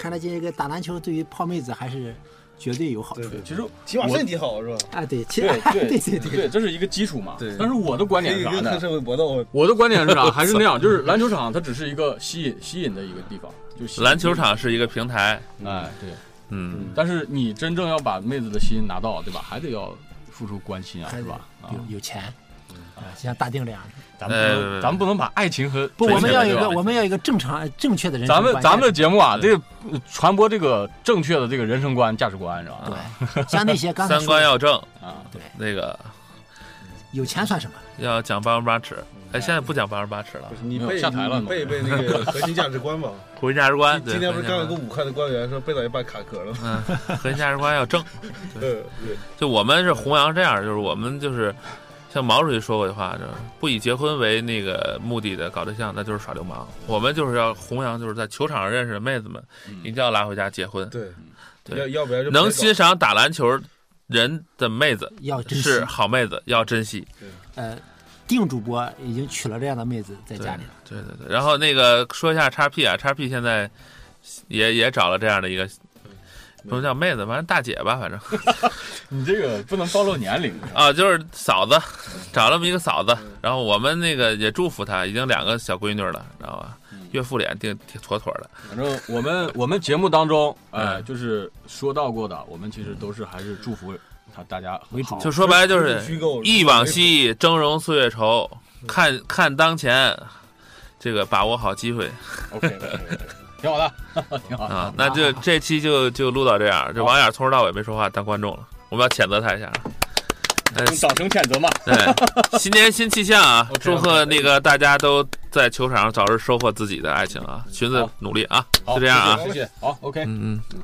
Speaker 3: 看来这个打篮球对于泡妹子还是绝对有好
Speaker 4: 对
Speaker 3: 处
Speaker 4: 对，
Speaker 2: 其实
Speaker 4: 起码
Speaker 2: 我
Speaker 4: 身体好是吧？
Speaker 3: 啊！对，其实
Speaker 2: 对
Speaker 3: 对
Speaker 2: 对
Speaker 3: 对，
Speaker 2: 对， 这是一个基础嘛。
Speaker 4: 对
Speaker 2: 但是我的观点是
Speaker 4: 跟
Speaker 2: 啥
Speaker 4: 跟
Speaker 2: 呢？
Speaker 4: 社会搏斗，
Speaker 2: 我的观点是啥？还是那样，就是篮球场它只是一个吸引吸引的一个地方，就吸引
Speaker 5: 篮球。场是一个平台，
Speaker 2: 哎，对。
Speaker 5: 嗯，
Speaker 2: 但是你真正要把妹子的心拿到，对吧？还得要付出关心啊，
Speaker 3: 还
Speaker 2: 是
Speaker 3: 是
Speaker 2: 吧？啊，
Speaker 3: 有有钱啊，像大定这样的。
Speaker 2: 咱们不
Speaker 5: 哎
Speaker 2: 能，咱们不能把爱情和
Speaker 3: 不，
Speaker 2: 没
Speaker 3: 我们
Speaker 2: 钱
Speaker 3: 要有
Speaker 2: 对
Speaker 3: 一
Speaker 2: 吧
Speaker 3: 个，我们要有一个正常正确的人生
Speaker 2: 咱们
Speaker 3: 观
Speaker 2: 咱们的节目啊，这个呃传播这个正确的这个人生观、价值观，是吧？
Speaker 3: 对，像那些刚才
Speaker 5: 三观要正，
Speaker 2: 啊，
Speaker 5: 那个
Speaker 3: 有钱算什么？
Speaker 5: 要讲八十八尺，哎，现在不讲八十八尺了
Speaker 4: 不，是你
Speaker 2: 没有哎
Speaker 4: 背
Speaker 2: 下台了
Speaker 4: 你背背那 个核心价值观吧。
Speaker 5: 核心价值观，对，
Speaker 4: 今天不是
Speaker 5: 核
Speaker 4: 刚有
Speaker 5: 心
Speaker 4: 个武汉的官员说背到一半卡壳了吗？
Speaker 5: 价值观嗯，核心价值观要正，
Speaker 4: 对对，
Speaker 5: 就我们是弘扬这样，就是我们就是像毛主席说过的话，就是不以结婚为那个目的的搞对象，那就是耍流氓。我们就是要弘扬，就是在球场上认识的妹子们，一定要拉回家结婚。
Speaker 4: 嗯对，
Speaker 5: 对
Speaker 4: 要要不然就
Speaker 5: 能
Speaker 4: 接
Speaker 5: 欣赏打篮球人的妹子
Speaker 3: 要珍惜
Speaker 5: 是。好妹子，要珍惜。
Speaker 3: 呃，定主播已经娶了这样的妹子在
Speaker 5: 对
Speaker 3: 家里了，
Speaker 5: 对对对。然后那个说一下叉 P 啊，叉 P 现在也也找了这样的一个。不能叫妹子，反正大姐吧，反正
Speaker 2: 你这个不能暴露年 龄
Speaker 5: 啊，就是嫂子，找了这么一个嫂子。
Speaker 2: 嗯
Speaker 5: 然后我们那个也祝福她，已经两个小闺女了，知道吧？
Speaker 2: 嗯
Speaker 5: 岳父脸定挺妥妥的。
Speaker 2: 反正我们我们节目当中，呃，
Speaker 5: 嗯
Speaker 2: 就是说到过的，我们其实都是还是祝福他大家为主
Speaker 5: 就说白了就
Speaker 4: 虚
Speaker 5: 是
Speaker 4: 构
Speaker 5: 忆往昔，峥嵘岁月稠，
Speaker 2: 嗯
Speaker 5: 看看当前，这个把握好机会
Speaker 2: OK，挺好的，挺好
Speaker 5: 啊
Speaker 2: 的。！
Speaker 5: 那就这期就就录到这样，这王眼从头到尾没说话，当观众了，我们要谴责他一下。哎，
Speaker 2: 用掌声谴责嘛。
Speaker 5: 对，新年新气象啊！
Speaker 2: OK，OK
Speaker 5: 祝贺那个大家都在球场上早日收获自己的爱情啊！寻思
Speaker 2: 好
Speaker 5: 努力啊，
Speaker 2: 好，
Speaker 5: 就这样啊。
Speaker 2: 谢谢，谢谢好，OK，
Speaker 5: 嗯嗯，